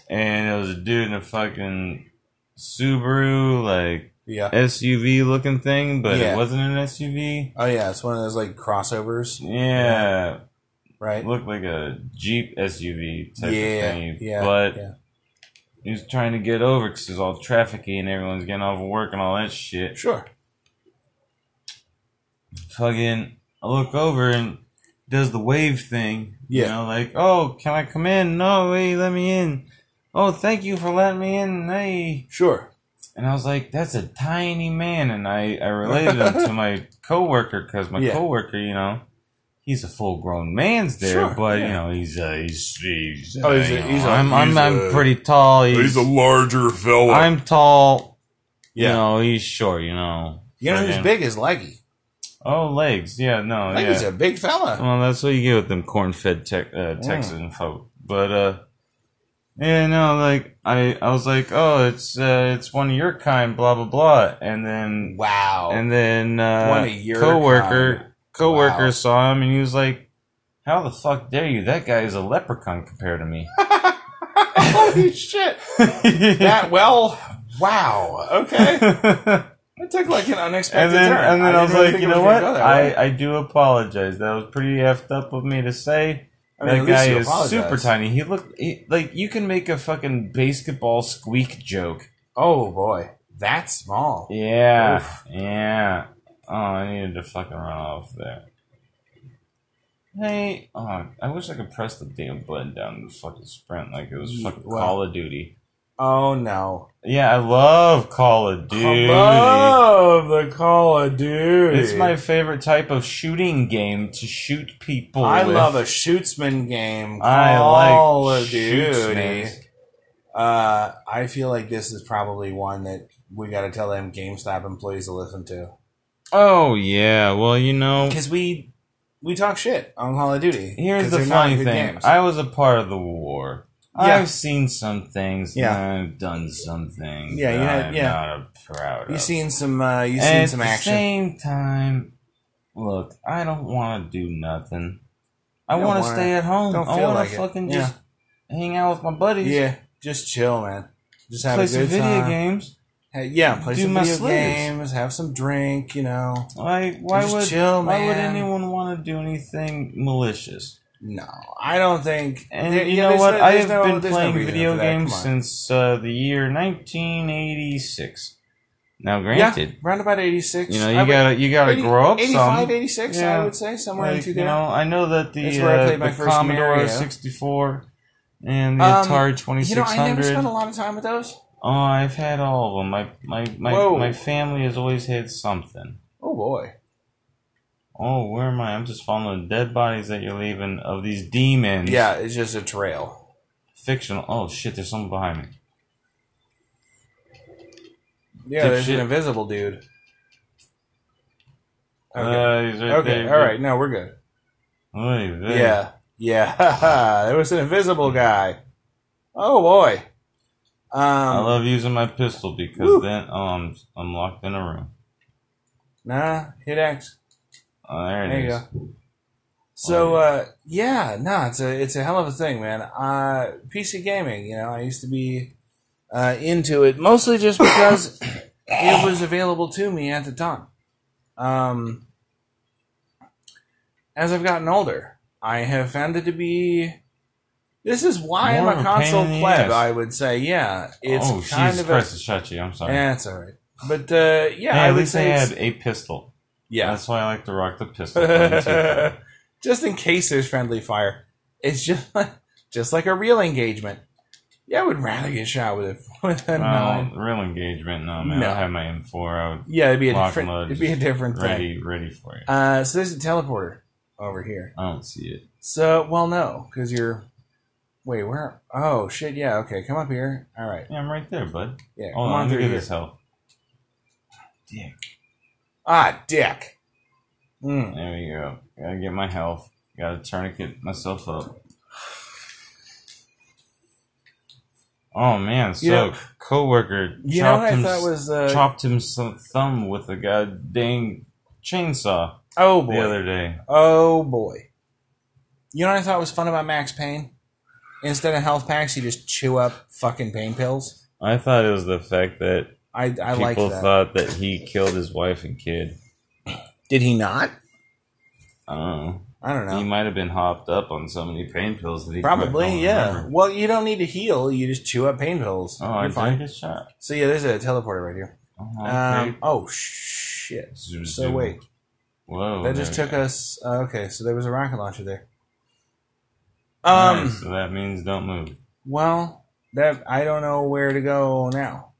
S2: and it was a dude in a fucking Subaru, like
S1: yeah.
S2: SUV looking thing, but
S1: Yeah.
S2: it wasn't an SUV.
S1: Oh yeah, it's one of those like crossovers,
S2: Yeah,
S1: right?
S2: it looked like a Jeep SUV type
S1: yeah,
S2: of thing.
S1: yeah,
S2: but
S1: yeah.
S2: he was trying to get over because it's all trafficy and everyone's getting off of work and all that shit.
S1: sure.
S2: Fucking, I look over and does the wave thing.
S1: Yeah.
S2: You know, like, oh, can I come in? No, hey, let me in. Oh, thank you for letting me in. Hey.
S1: Sure.
S2: And I was like, that's a tiny man. And I, I related him
S1: <laughs>
S2: to my coworker because my
S1: Yeah.
S2: coworker, you know, he's a full grown man's there,
S1: Sure,
S2: but,
S1: yeah.
S2: you know, he's, uh, he's, he's,
S1: Oh, he's a-
S2: you know,
S1: he's a-
S2: I'm, I'm,
S1: he's
S2: I'm
S1: a-
S2: pretty tall. He's,
S1: larger fella.
S2: I'm tall.
S1: yeah.
S2: You know, he's short, you know.
S1: You know who's
S2: Fucking-
S1: big is Leggy.
S2: Oh, legs. Yeah, no,
S1: Leggy's
S2: yeah.
S1: a big fella.
S2: Well, that's what you get with them corn-fed tech uh, Texan folk. But uh, yeah, no, like I, I was like, oh, it's uh, it's one of your kind, blah blah blah, and then
S1: Wow.
S2: Oh. and then uh,
S1: One of your
S2: coworker
S1: kind.
S2: coworker
S1: Wow.
S2: saw him and he was like, how the fuck dare you? That guy is a leprechaun compared
S1: <laughs>
S2: to me.
S1: <laughs>
S2: <laughs>
S1: Holy shit. That well. Wow. Okay. It took like an
S2: and
S1: unexpected
S2: then
S1: turn.
S2: and then I,
S1: didn't
S2: was
S1: really
S2: like,
S1: think
S2: you
S1: it
S2: know
S1: gonna
S2: what?
S1: go that way.
S2: I, I do apologize. That was pretty effed up of me to say.
S1: I mean, at
S2: that guy
S1: least you
S2: is
S1: apologized.
S2: super tiny. He looked he, like you can make a fucking basketball squeak joke.
S1: Oh boy, that's small.
S2: Yeah,
S1: Oof.
S2: yeah. Oh, I needed to fucking run off there. Hey, oh, I wish I could press the damn button down the fucking sprint like it was fucking
S1: Wow.
S2: Call of Duty.
S1: Oh no!
S2: Yeah, I love Call of Duty.
S1: love the Call of Duty.
S2: It's my favorite type of shooting game to shoot people.
S1: I
S2: with.
S1: love a shootsman game.
S2: I like
S1: Call of Duty.
S2: shootsmans.
S1: Uh, I feel like this is probably one that we got to tell them GameStop employees to listen to
S2: Oh yeah. Well, you know,
S1: because we we talk shit on Call of Duty.
S2: here's
S1: 'cause
S2: the
S1: they're not
S2: funny
S1: good
S2: thing.
S1: games.
S2: I was a part of the war.
S1: Yeah.
S2: I've seen some things.
S1: Yeah.
S2: and I've done some things.
S1: Yeah, you
S2: that
S1: had-
S2: I'm
S1: yeah.
S2: not proud
S1: you
S2: of.
S1: seen some. Uh, you
S2: And
S1: seen
S2: at
S1: some
S2: the
S1: action.
S2: same time, look, I don't want to do nothing. I
S1: You don't
S2: want to
S1: wanna-
S2: stay at home.
S1: don't
S2: I
S1: feel
S2: want
S1: like
S2: to
S1: it.
S2: fucking
S1: Yeah.
S2: just hang out with my buddies.
S1: yeah, just chill, man. Just have
S2: play
S1: a
S2: some
S1: good
S2: video
S1: time.
S2: games.
S1: Hey, yeah, play
S2: Do
S1: some
S2: my
S1: video
S2: sleeves.
S1: games. Have some drink. You know,
S2: Like, why
S1: Just
S2: would
S1: chill,
S2: why would
S1: man.
S2: anyone want to do anything malicious?
S1: no, I don't think.
S2: And
S1: there-
S2: you
S1: yeah,
S2: know
S1: there's
S2: what?
S1: no-
S2: I
S1: there's
S2: have
S1: no-
S2: been
S1: there's no
S2: playing
S1: reason
S2: video
S1: for that.
S2: games
S1: Come on.
S2: since uh, the year 1986. Now,
S1: yeah,
S2: granted,
S1: round about eighty six.
S2: you know you gotta you gotta grow up
S1: 85,
S2: some.
S1: 86,
S2: Yeah.
S1: I would say somewhere
S2: Like,
S1: into
S2: you
S1: there.
S2: know, I know that the,
S1: That's where I
S2: uh,
S1: played my
S2: the
S1: first
S2: Commodore
S1: Mario.
S2: 64 and the
S1: Um,
S2: Atari
S1: You know, I never
S2: 2600.
S1: spent a lot of time with those.
S2: oh, I've had all of them. My my my,
S1: Whoa.
S2: my family has always had something.
S1: Oh boy.
S2: Oh, where am I? I'm just following the dead bodies that you're leaving of these demons.
S1: Yeah, it's just a trail.
S2: Fictional. Oh shit, there's someone behind me.
S1: Yeah, there's
S2: Dipshit.
S1: an invisible dude. Okay.
S2: Uh, he's right
S1: okay.
S2: there.
S1: All right. No, we're good.
S2: Look at that.
S1: Yeah. Yeah. <laughs> there was an invisible guy. Oh boy. Um,
S2: I love using my pistol because
S1: Woo.
S2: then oh, I'm I'm locked in a room.
S1: Nah, hit X.
S2: Oh, there it
S1: There you
S2: is.
S1: So uh, yeah, no, it's a it's a hell of a thing, man. Uh, PC gaming, you know, I used to be uh, into it mostly just because <coughs> it was available to me at the time. Um, as I've gotten older, I have found it to be. This is why
S2: More
S1: I'm
S2: of
S1: a
S2: a
S1: console
S2: pain in the
S1: pleb.
S2: ass.
S1: I would say, yeah, it's
S2: oh,
S1: kind
S2: Jesus
S1: of
S2: Christ! it shot you. I'm
S1: a.
S2: sorry.
S1: Yeah, it's all right. But uh, yeah,
S2: Hey,
S1: I
S2: at
S1: would
S2: least they
S1: say it's-
S2: had a pistol.
S1: yeah,
S2: That's why I like to rock
S1: <laughs>
S2: the pistol. for the teeth.
S1: just in case there's friendly fire. It's just <laughs> like, just like a real engagement. Yeah, I would rather get shot with a <laughs> with a
S2: no,
S1: nine.
S2: real engagement. No, man.
S1: No.
S2: I have my M4 out,
S1: Yeah, it'd be a
S2: Lock
S1: different.
S2: and load,
S1: It'd be a different thing.
S2: ready, ready for you.
S1: Uh, so there's a teleporter over here.
S2: I don't see it.
S1: So well, no, because you're. Wait, where? Oh shit! Yeah, okay, come up here. All right,
S2: Yeah, I'm right there, bud.
S1: yeah, come
S2: Hold on,
S1: on
S2: look
S1: through
S2: at
S1: here.
S2: this health.
S1: Ah, dick. Mm.
S2: There we go. Gotta get my health. Gotta tourniquet myself up. Oh man! So
S1: You know-
S2: coworker
S1: You know
S2: chopped
S1: what I
S2: him,
S1: thought was uh,
S2: chopped him some thumb with a god dang chainsaw
S1: oh boy.
S2: the other day.
S1: Oh boy. You know what I thought was fun about Max Payne? Instead of health packs, you just chew up fucking pain pills.
S2: I thought it was the fact that
S1: I I like
S2: people
S1: that.
S2: thought that he killed his wife and kid.
S1: Did he not?
S2: I don't know.
S1: I don't
S2: He
S1: know.
S2: might have been hopped up on so many pain pills that he
S1: Probably,
S2: don't
S1: yeah.
S2: remember.
S1: Well, you don't need to heal. You just chew up pain pills.
S2: Oh, I
S1: You're
S2: did
S1: fine.
S2: get shot.
S1: So yeah, there's a teleporter right here.
S2: Oh,
S1: Um,
S2: okay.
S1: oh shit.
S2: Zoom,
S1: So
S2: zoom.
S1: wait,
S2: Whoa!
S1: that just
S2: there
S1: took
S2: we go.
S1: us. Uh, okay, so there was a rocket launcher there.
S2: Alright,
S1: Um.
S2: so that means don't move.
S1: Well, that I don't know where to go now.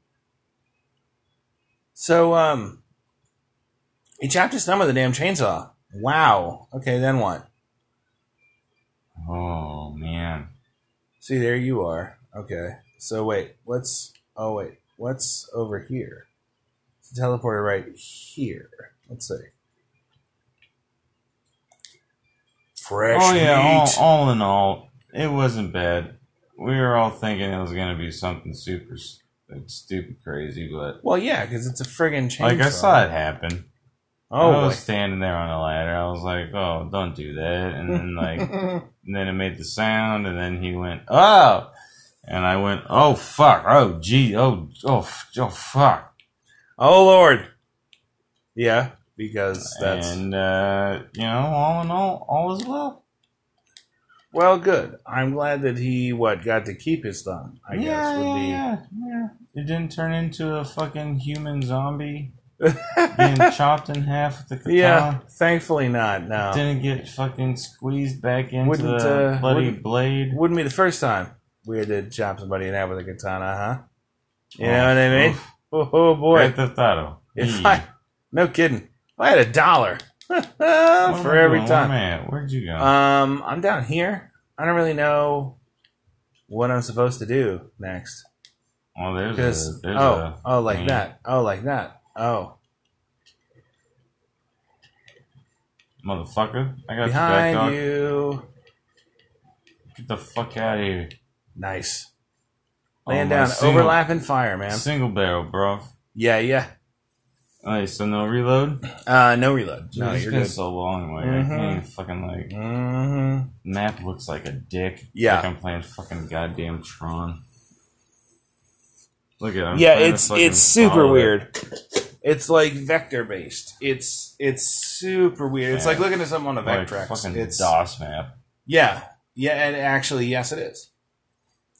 S1: So, um, he chopped his thumb with a damn chainsaw. Wow. Okay, then what?
S2: Oh man!
S1: See, there you are. Okay. So wait, what's? Oh wait, what's over here? It's a teleporter right here. Let's see. Fresh
S2: oh yeah. All,
S1: meat.
S2: all in all, it wasn't bad. We were all thinking it was gonna be something super s- like, stupid crazy, but
S1: Well, yeah, because it's a friggin' chainsaw.
S2: like I saw it happen.
S1: Oh,
S2: I was standing there on the ladder. I was like, "Oh, don't do that!" And
S1: <laughs>
S2: then like,
S1: boy.
S2: and then it made the sound, and then he went, "Oh," and I went, "Oh fuck! Oh gee! Oh oh f- oh fuck!"
S1: Oh Lord. Yeah, because that's
S2: and uh, you know, all in all, all is well.
S1: well, good. I'm glad that he what got to keep his thumb. I guess would be.
S2: yeah, yeah. It didn't turn into a fucking human
S1: <laughs>
S2: zombie being chopped in half with the katana.
S1: Yeah, thankfully not. No,
S2: Didn't get fucking squeezed back into
S1: Wouldn't,
S2: the
S1: uh,
S2: bloody
S1: wouldn't-
S2: blade.
S1: wouldn't be the first time we had to chop somebody in half with a katana, huh? You know what I mean?
S2: Oof.
S1: Oh, oh boy.
S2: Grand Theft Auto.
S1: If
S2: Yee.
S1: I, no kidding. If I had a dollar <laughs>
S2: What am
S1: for
S2: I
S1: every
S2: doing?
S1: time.
S2: Where am I at? Where'd you go?
S1: Um, I'm down here. I don't really know what I'm supposed to do next.
S2: well, there's a.
S1: Because
S2: There's
S1: oh,
S2: a
S1: oh, like
S2: thing.
S1: that. Oh, like that. Oh,
S2: Motherfucker. I got your back dog.
S1: behind you.
S2: Get the fuck out of here.
S1: Nice. Laying
S2: Oh, my
S1: down,
S2: single-
S1: overlapping fire, man.
S2: Single barrel, bro.
S1: Yeah, yeah.
S2: Alright, so no reload?
S1: Uh, no reload.
S2: Dude,
S1: No,
S2: it's
S1: you're
S2: been
S1: good.
S2: so long. Like, I
S1: Mhm.
S2: can't even fucking, like.
S1: hmm
S2: Map looks like a dick.
S1: Yeah.
S2: Like I'm playing fucking goddamn Tron. Look at him.
S1: Yeah, it's it's super weird. It's like vector based. It's it's super weird. It's
S2: Yeah.
S1: like looking at something on a
S2: Like
S1: Vectrex.
S2: fucking
S1: it's
S2: DOS map.
S1: Yeah, yeah, and actually, yes, it is.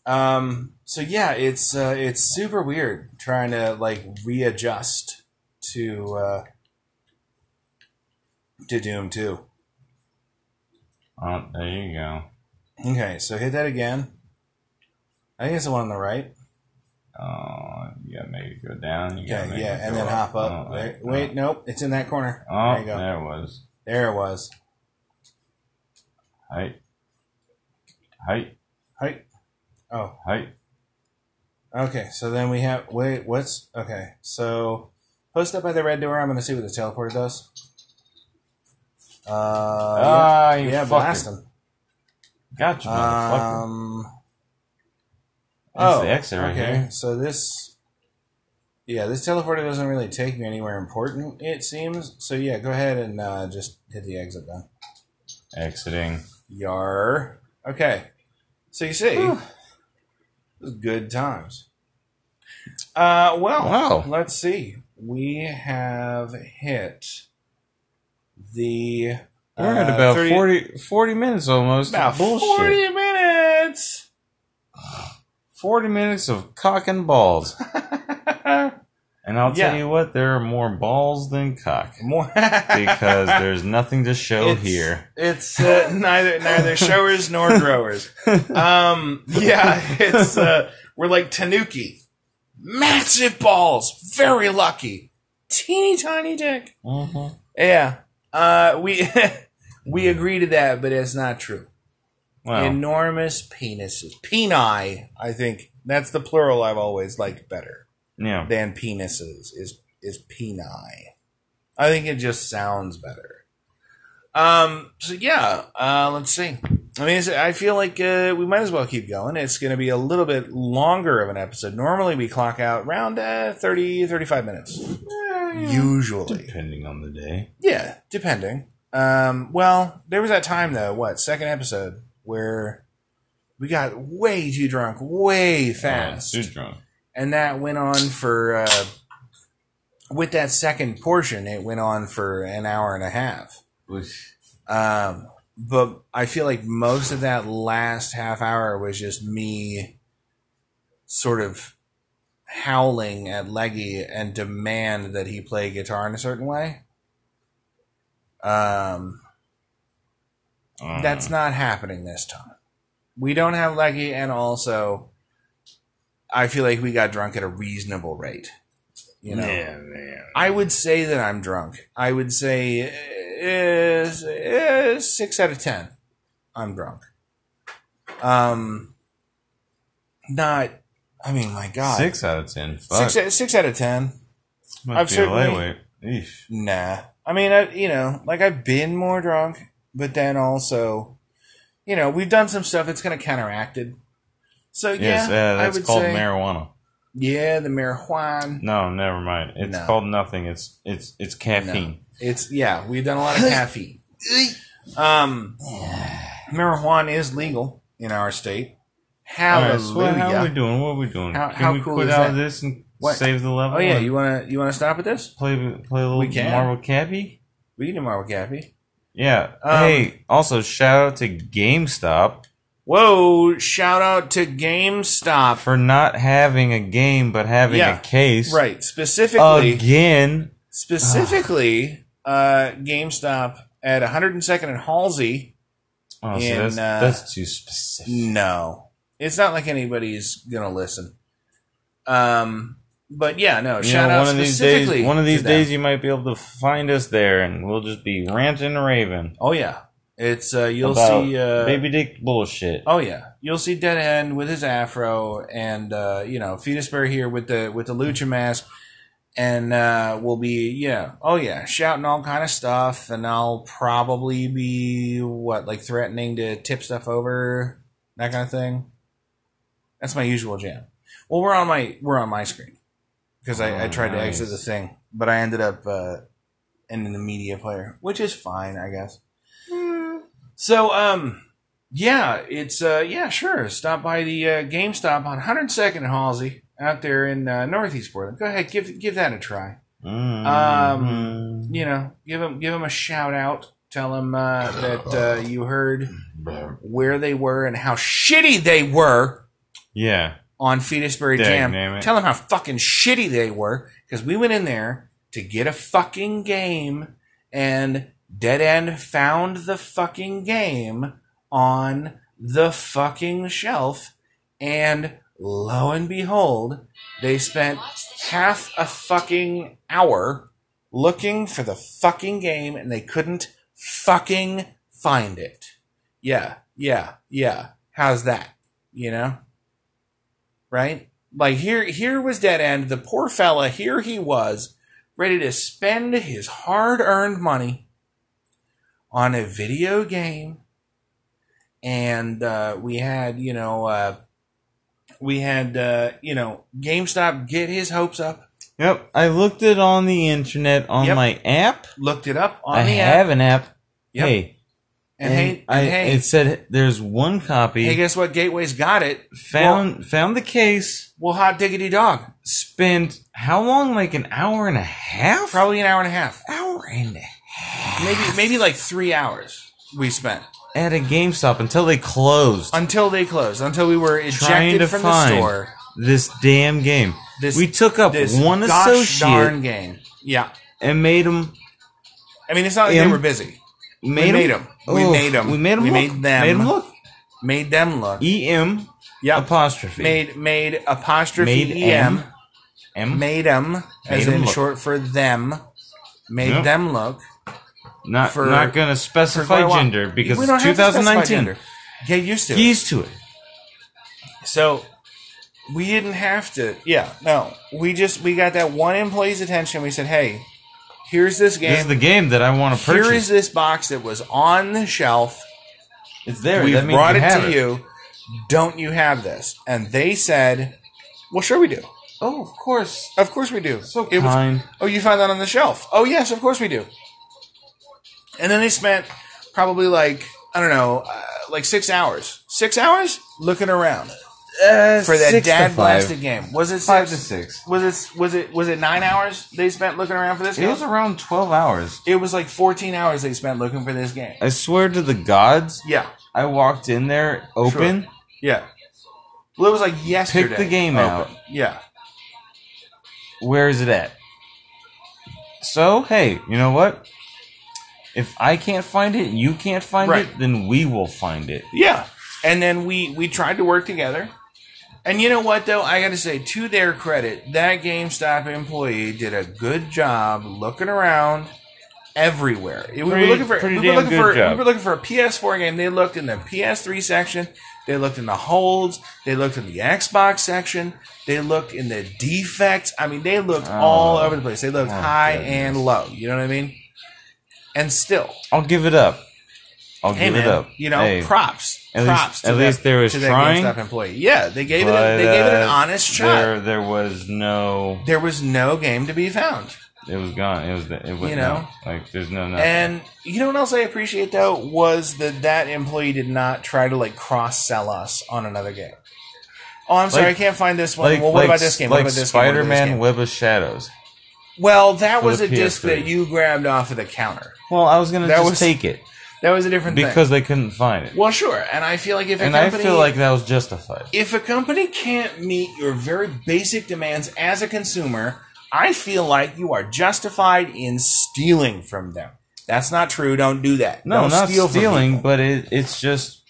S1: Um, so yeah, it's uh, it's super weird trying to like readjust to uh, to Doom Two.
S2: Oh, there you go.
S1: Okay, so hit that again. I think it's the one on the right.
S2: Oh, you gotta make it go down. You
S1: Yeah,
S2: gotta make
S1: yeah,
S2: it
S1: and
S2: go
S1: then hop up.
S2: Oh,
S1: Wait,
S2: oh.
S1: wait, nope, it's in that corner.
S2: Oh,
S1: there you go.
S2: there it was.
S1: There it was.
S2: Height. Height.
S1: Hi. Oh,
S2: Height.
S1: okay. So then we have wait. What's okay? So post up by the red door. I'm gonna see what the teleporter does. Uh, yeah.
S2: Ah, you
S1: yeah,
S2: fucker.
S1: blast him.
S2: Gotcha, motherfucker.
S1: Um, oh,
S2: That's the exit right
S1: okay.
S2: here.
S1: So this, yeah, this teleporter doesn't really take me anywhere important. It seems. So yeah, go ahead and uh, just hit the exit then.
S2: Exiting.
S1: Yar. Okay. So you see,
S2: Whew.
S1: it was good times. Uh, well,
S2: Wow.
S1: let's see. We have hit the.
S2: We're at
S1: uh,
S2: about
S1: 30
S2: 40, 40 minutes almost.
S1: About
S2: of bullshit.
S1: 40 minutes.
S2: 40 minutes of cock and balls.
S1: <laughs>
S2: And I'll
S1: Yeah.
S2: tell you what, there are more balls than cock.
S1: More <laughs>
S2: Because there's nothing to show
S1: It's-
S2: Oh, here.
S1: it's uh, neither neither showers nor growers. Um, yeah, it's uh, we're like tanuki, massive balls, very lucky, teeny tiny dick.
S2: Mhm.
S1: Yeah, uh, we <laughs> we agree to that, but it's not true.
S2: Well,
S1: Enormous penises, peni. I think that's the plural I've always liked better
S2: yeah.
S1: than penises is is peni. I think it just sounds better. Um. So yeah. Uh. Let's see. I mean, it's, I feel like uh, we might as well keep going. It's going to be a little bit longer of an episode. Normally, we clock out around uh, 30, 35 minutes. Usually,
S2: Depending on the day.
S1: yeah, depending. Um. Well, there was that time though. What second episode where we got way too drunk, way fast
S2: Oh, too drunk.
S1: and that went on for uh, with that second portion it went on for an hour and a half um, but i feel like most of that last half hour was just me sort of howling at leggy and demand that he play guitar in a certain way um,
S2: Uh,
S1: that's not happening this time. We don't have Lecky, and also, I feel like we got drunk at a reasonable rate. You know,
S2: Yeah, man.
S1: I would say that I'm drunk. I would say is is six out of ten. I'm drunk. Um, not. I mean, my God,
S2: Six out of ten. Fuck.
S1: six, six out of ten.
S2: Must
S1: I've
S2: be a
S1: certainly-
S2: lightweight. Eesh.
S1: Nah. I mean, I, you know, like I've been more drunk, but then also, you know, we've done some stuff that's kind of counteracted. So
S2: Yes,
S1: yeah,
S2: uh,
S1: I
S2: that's
S1: would
S2: called
S1: say,
S2: marijuana.
S1: yeah, the marijuana.
S2: No, never mind. It's
S1: No.
S2: called nothing. It's it's it's caffeine.
S1: It's yeah, we've done a lot of caffeine. Um, marijuana is legal in our state.
S2: All right, so
S1: Hallelujah!
S2: how are we doing? What are we doing?
S1: How-
S2: Can
S1: how
S2: we
S1: cool
S2: quit
S1: is
S2: out
S1: that?
S2: of this and
S1: What?
S2: save the level?
S1: oh yeah,
S2: and
S1: you wanna you wanna stop at this?
S2: play play a
S1: We
S2: little
S1: can.
S2: Marvel Cappy?
S1: We can do Marvel Caffey.
S2: Yeah.
S1: Um,
S2: hey, also shout out to GameStop
S1: Whoa! Shout out to GameStop.
S2: for not having a game but having
S1: Yeah,
S2: a case.
S1: Right, specifically.
S2: Again.
S1: specifically uh, GameStop at 102nd and Halsey.
S2: Oh, see,
S1: In,
S2: that's,
S1: uh, mm,
S2: that's too specific.
S1: No, it's not like anybody's gonna listen. Um, but yeah, no.
S2: You
S1: Shout
S2: know,
S1: out
S2: one of these
S1: specifically.
S2: days, one of these
S1: to them.
S2: days, you might be able to find us there, and we'll just be ranting and raving
S1: Oh yeah, it's uh, you'll
S2: about
S1: see. Uh,
S2: baby dick bullshit.
S1: Oh yeah, you'll see Dead End with his afro, and uh, you know Fetus Bear here with the with the lucha mask, and uh, we'll be yeah, oh yeah, shouting all kind of stuff, and I'll probably be what like threatening to tip stuff over that kind of thing. That's my usual jam. Well, we're on my we're on my screen because I, I
S2: Oh,
S1: tried to
S2: nice.
S1: exit the thing, but I ended up uh, in the media player, which is fine, I guess. So, um, yeah, it's uh, yeah, sure. Stop by the uh, GameStop on 102nd and Halsey out there in uh, Northeast Portland. Go ahead, give give that a try.
S2: Mm-hmm.
S1: Um, You know, give them give them a shout out. Tell them uh, that uh, you heard where they were and how shitty they were
S2: yeah,
S1: on Fetusbury
S2: Dang,
S1: Jam.
S2: name it.
S1: Tell them how fucking shitty they were because we went in there to get a fucking game and Dead End found the fucking game on the fucking shelf and lo and behold, they spent half a fucking hour looking for the fucking game and they couldn't fucking find it. Yeah, yeah, yeah. How's that? You know? right? Like here, here was dead end. The poor fella, here he was, ready to spend his hard-earned money on a video game, and uh, we had, you know, uh, we had, uh, you know, GameStop get his hopes up.
S2: yep. I looked it on the internet on
S1: Yep.
S2: my app.
S1: Looked it up on
S2: I
S1: the
S2: have
S1: app,
S2: an app.
S1: Yep.
S2: Hey,
S1: and, hey,
S2: I,
S1: and hey,
S2: it said there's one copy.
S1: hey, guess what? Gateway's got it.
S2: found found the case.
S1: Well, hot diggity dog.
S2: Spent how long? Like an hour and a half.
S1: Probably an hour and a half,
S2: hour and a half.
S1: maybe maybe like three hours we spent.
S2: at a GameStop until they closed.
S1: until they closed, until we were
S2: trying
S1: ejected
S2: to
S1: from
S2: find
S1: the store.
S2: this damn game.
S1: This-
S2: we took up
S1: This
S2: one
S1: gosh
S2: associate
S1: darn game. Yeah,
S2: and made him
S1: I mean, it's not like
S2: Him.
S1: they were busy.
S2: made
S1: made
S2: him, Oh,
S1: 'em. We made 'em.
S2: we made him
S1: We
S2: look.
S1: made them.
S2: made 'em look
S1: Made them look.
S2: E M
S1: Yeah,
S2: apostrophe
S1: made made apostrophe
S2: made
S1: em.
S2: M
S1: Made them as
S2: 'em
S1: in
S2: look.
S1: short for them. Made
S2: Yep.
S1: them look.
S2: not
S1: for-
S2: not gonna
S1: for
S2: specify
S1: quite a while.
S2: gender because
S1: We
S2: it's
S1: don't have to specify
S2: 2019.
S1: gender. Get used to it.
S2: Get used to it.
S1: So we didn't have to. Yeah, no. We just we got that one employee's attention. We said, "Hey, here's this game.
S2: This is the game that I want to
S1: Here is
S2: purchase.
S1: this box that was on the shelf.
S2: It's there.
S1: we
S2: that means
S1: brought
S2: you
S1: it
S2: have
S1: to you. Don't you have this? And they said, "Well, sure we do.
S2: Oh, of course.
S1: Of course we do."
S2: So
S1: it was,
S2: kind.
S1: oh, you found that on the shelf? Oh, yes, of course we do. And then they spent probably like I don't know, uh, like six hours, six hours looking around
S2: Uh,
S1: for that
S2: six to
S1: dad
S2: five.
S1: blasted game. Was it
S2: Five
S1: six?
S2: to six.
S1: Was it was it was it nine hours they spent looking around for this
S2: It
S1: game?
S2: was around 12 hours.
S1: it was like fourteen hours they spent looking for this game.
S2: I swear to the gods,
S1: Yeah,
S2: I walked in there open,
S1: yeah. Well, it was like yesterday.
S2: picked the game
S1: Open.
S2: out.
S1: Yeah.
S2: Where is it at? So, hey, you know what? If I can't find it, you can't find
S1: Right.
S2: it, then we will find it.
S1: Yeah. And then we we tried to work together. And you know what though, I got to say to their credit, that GameStop employee did a good job looking around everywhere. We
S2: Pretty-
S1: were looking for
S2: pretty
S1: we were
S2: damn
S1: looking
S2: good
S1: for
S2: job.
S1: we were looking for a PS4 game. They looked in the PS3 section, they looked in the holds, they looked in the Xbox section, they looked in the defects. I mean, they
S2: Oh,
S1: looked all over the place. They looked high and low, you know what I mean? And still,
S2: I'll give it up. I'll
S1: hey
S2: give
S1: man,
S2: it up.
S1: you know,
S2: Hey,
S1: props,
S2: At least-
S1: props. to
S2: at
S1: that-
S2: least there was
S1: to that
S2: trying,
S1: GameStop employee. Yeah, they gave it.
S2: but,
S1: A, they gave it an
S2: uh,
S1: honest shot. There,
S2: There, there was no.
S1: was no game to be found.
S2: It was gone. It was. The, it was
S1: You
S2: you
S1: know?
S2: Like there's no. Nothing.
S1: And you know what else I appreciate though was that that employee did not try to like cross sell us on another game. Oh, I'm sorry,
S2: Like-
S1: I can't find this one. well, what about this game?
S2: Like
S1: what about this game? What about this
S2: Spider-Man
S1: game?
S2: Web of Shadows.
S1: Well, that
S2: for
S1: was
S2: the
S1: a disc
S2: PS3.
S1: that you grabbed off of the counter.
S2: Well, I was gonna
S1: That
S2: just
S1: was-
S2: take it
S1: That was a different thing.
S2: <laughs> because they couldn't find it,
S1: Well, sure, and I feel like if a
S2: and I
S1: company,
S2: feel like that was justified.
S1: if a company can't meet your very basic demands as a consumer, I feel like you are justified in stealing from them. That's not true. Don't do that.
S2: No,
S1: Don't
S2: not
S1: steal from
S2: stealing,
S1: people.
S2: but it, it's just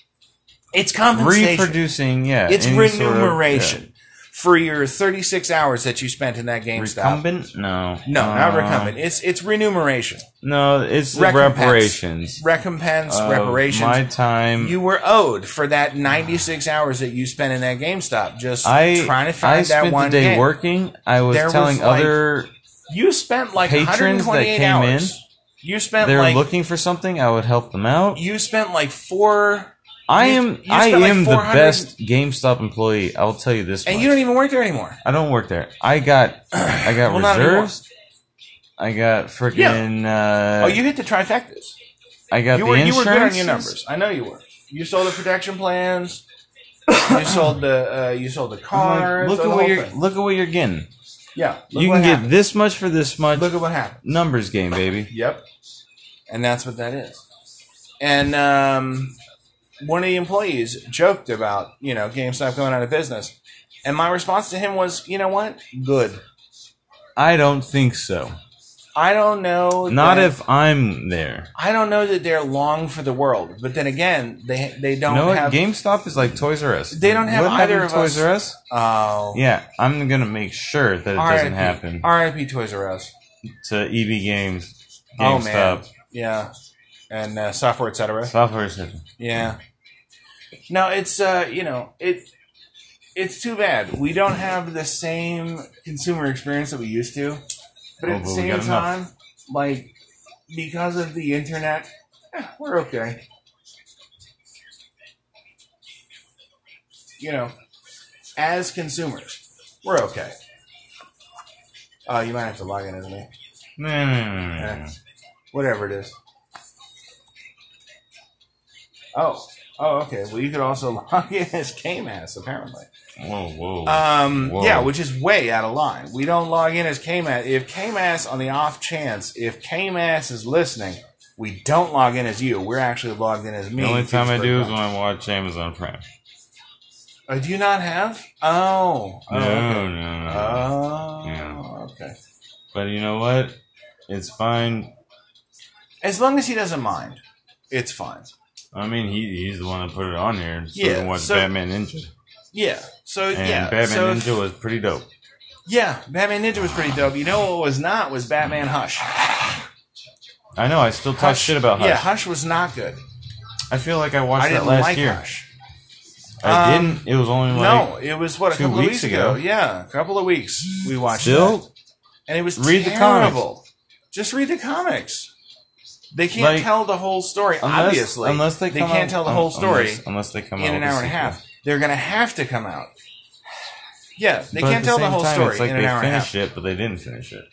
S1: It's compensation.
S2: reproducing. Yeah,
S1: It's
S2: any sort of-
S1: remuneration. for your 36 hours that you spent in that GameStop.
S2: Recumbent? No.
S1: No, not
S2: Uh,
S1: recumbent. It's it's remuneration,
S2: No, it's the
S1: Recompense.
S2: reparations.
S1: recompense,
S2: of
S1: reparations.
S2: My time.
S1: you were owed for that 96 hours that you spent in that GameStop just
S2: I
S1: trying to find
S2: I
S1: that
S2: spent
S1: one
S2: the day
S1: game.
S2: working. I was
S1: There was,
S2: telling
S1: like,
S2: other
S1: You spent like
S2: patrons that
S1: 128
S2: came in,
S1: hours. you spent
S2: they're
S1: like
S2: looking for something. I would help them out.
S1: you spent like four,
S2: I
S1: you-
S2: am
S1: you
S2: I
S1: spent like
S2: am the
S1: 400
S2: best GameStop employee. I'll tell you this.
S1: and
S2: much.
S1: you don't even work there anymore.
S2: I don't work there. I got I got
S1: <clears throat> Well, not anymore.
S2: reserves. I got freaking. Uh,
S1: oh, you hit the trifectas.
S2: I got
S1: You
S2: the
S1: were you were
S2: insurance.
S1: good on your numbers. I know you were. You sold the protection plans. you sold the uh, you sold the cars.
S2: look
S1: the
S2: at
S1: whole
S2: what you're
S1: thing.
S2: look at what you're getting.
S1: Yeah, look
S2: you
S1: what
S2: can
S1: happened.
S2: get this much for this much.
S1: Look at what happened.
S2: numbers game, baby.
S1: Yep. And that's what that is. And um, one of the employees joked about, you know, GameStop going out of business. And my response to him was, you know what? Good.
S2: I don't think so.
S1: I don't know.
S2: Not
S1: that-
S2: if I'm there.
S1: I don't know that they're long for the world. But then again, they they don't
S2: You know what?
S1: have.
S2: GameStop is like Toys R Us.
S1: They don't have
S2: what
S1: either
S2: happened to
S1: of
S2: Toys
S1: us.
S2: R
S1: oh.
S2: Us. Yeah, I'm gonna make sure that it doesn't happen
S1: RIP Toys R Us.
S2: to EB Games,
S1: Oh, man.
S2: GameStop,
S1: Yeah. And uh, software, et cetera.
S2: software system.
S1: Yeah. No, it's uh, you know, it it's too bad. We don't have the same consumer experience that we used to. But
S2: Oh,
S1: at the
S2: but we
S1: same
S2: got enough.
S1: time, like because of the internet, eh, we're okay. You know, as consumers, we're okay. Oh, you might have to log in, isn't it?
S2: No, no, no, no, no, no, no.
S1: Whatever it is. Oh. Oh, okay. Well, you could also <laughs> log in as KMAS, apparently.
S2: Whoa, whoa.
S1: Um,
S2: Whoa.
S1: yeah, which is way out of line. We don't log in as KMAS. If KMAS, on the off chance, if KMAS is listening, we don't log in as you. We're actually logged in as me.
S2: the only time I do is
S1: Pittsburgh.
S2: when I watch Amazon Prime.
S1: Oh, do you not have? Oh. Oh,
S2: No,
S1: okay.
S2: no, no. no.
S1: Oh,
S2: Yeah.
S1: okay.
S2: but you know what? It's fine.
S1: As long as he doesn't mind, it's fine.
S2: I mean, he, he's the one that put it on here. So
S1: Yeah,
S2: yeah. Watch
S1: so-
S2: Batman Ninja,
S1: Yeah. So,
S2: and
S1: yeah.
S2: Batman
S1: so if-
S2: Ninja was pretty dope.
S1: Yeah, Batman Ninja was pretty dope. You know what was not was Batman Hush.
S2: I know. I still talk shit about Hush.
S1: Yeah, Hush was not good.
S2: I feel like I watched
S1: I
S2: that
S1: didn't
S2: last
S1: like
S2: year.
S1: Hush.
S2: I
S1: Um,
S2: didn't. It was only like
S1: no, it was what a
S2: two
S1: couple of
S2: weeks
S1: weeks ago.
S2: ago.
S1: Yeah, a couple of weeks we watched
S2: still
S1: that. and it was
S2: read the comics.
S1: terrible. Just read the comics. They can't
S2: Like,
S1: tell the whole story.
S2: unless,
S1: obviously,
S2: unless they, come
S1: can't
S2: out-
S1: tell the
S2: un-
S1: whole story
S2: unless, unless they come
S1: in
S2: out
S1: an
S2: with
S1: hour and a
S2: sequel.
S1: half. They're gonna have to come out. Yeah, they
S2: But at
S1: can't tell the
S2: same
S1: whole
S2: time,
S1: story
S2: It's like
S1: in
S2: they
S1: an hour and a half.
S2: finished it, but they didn't finish it.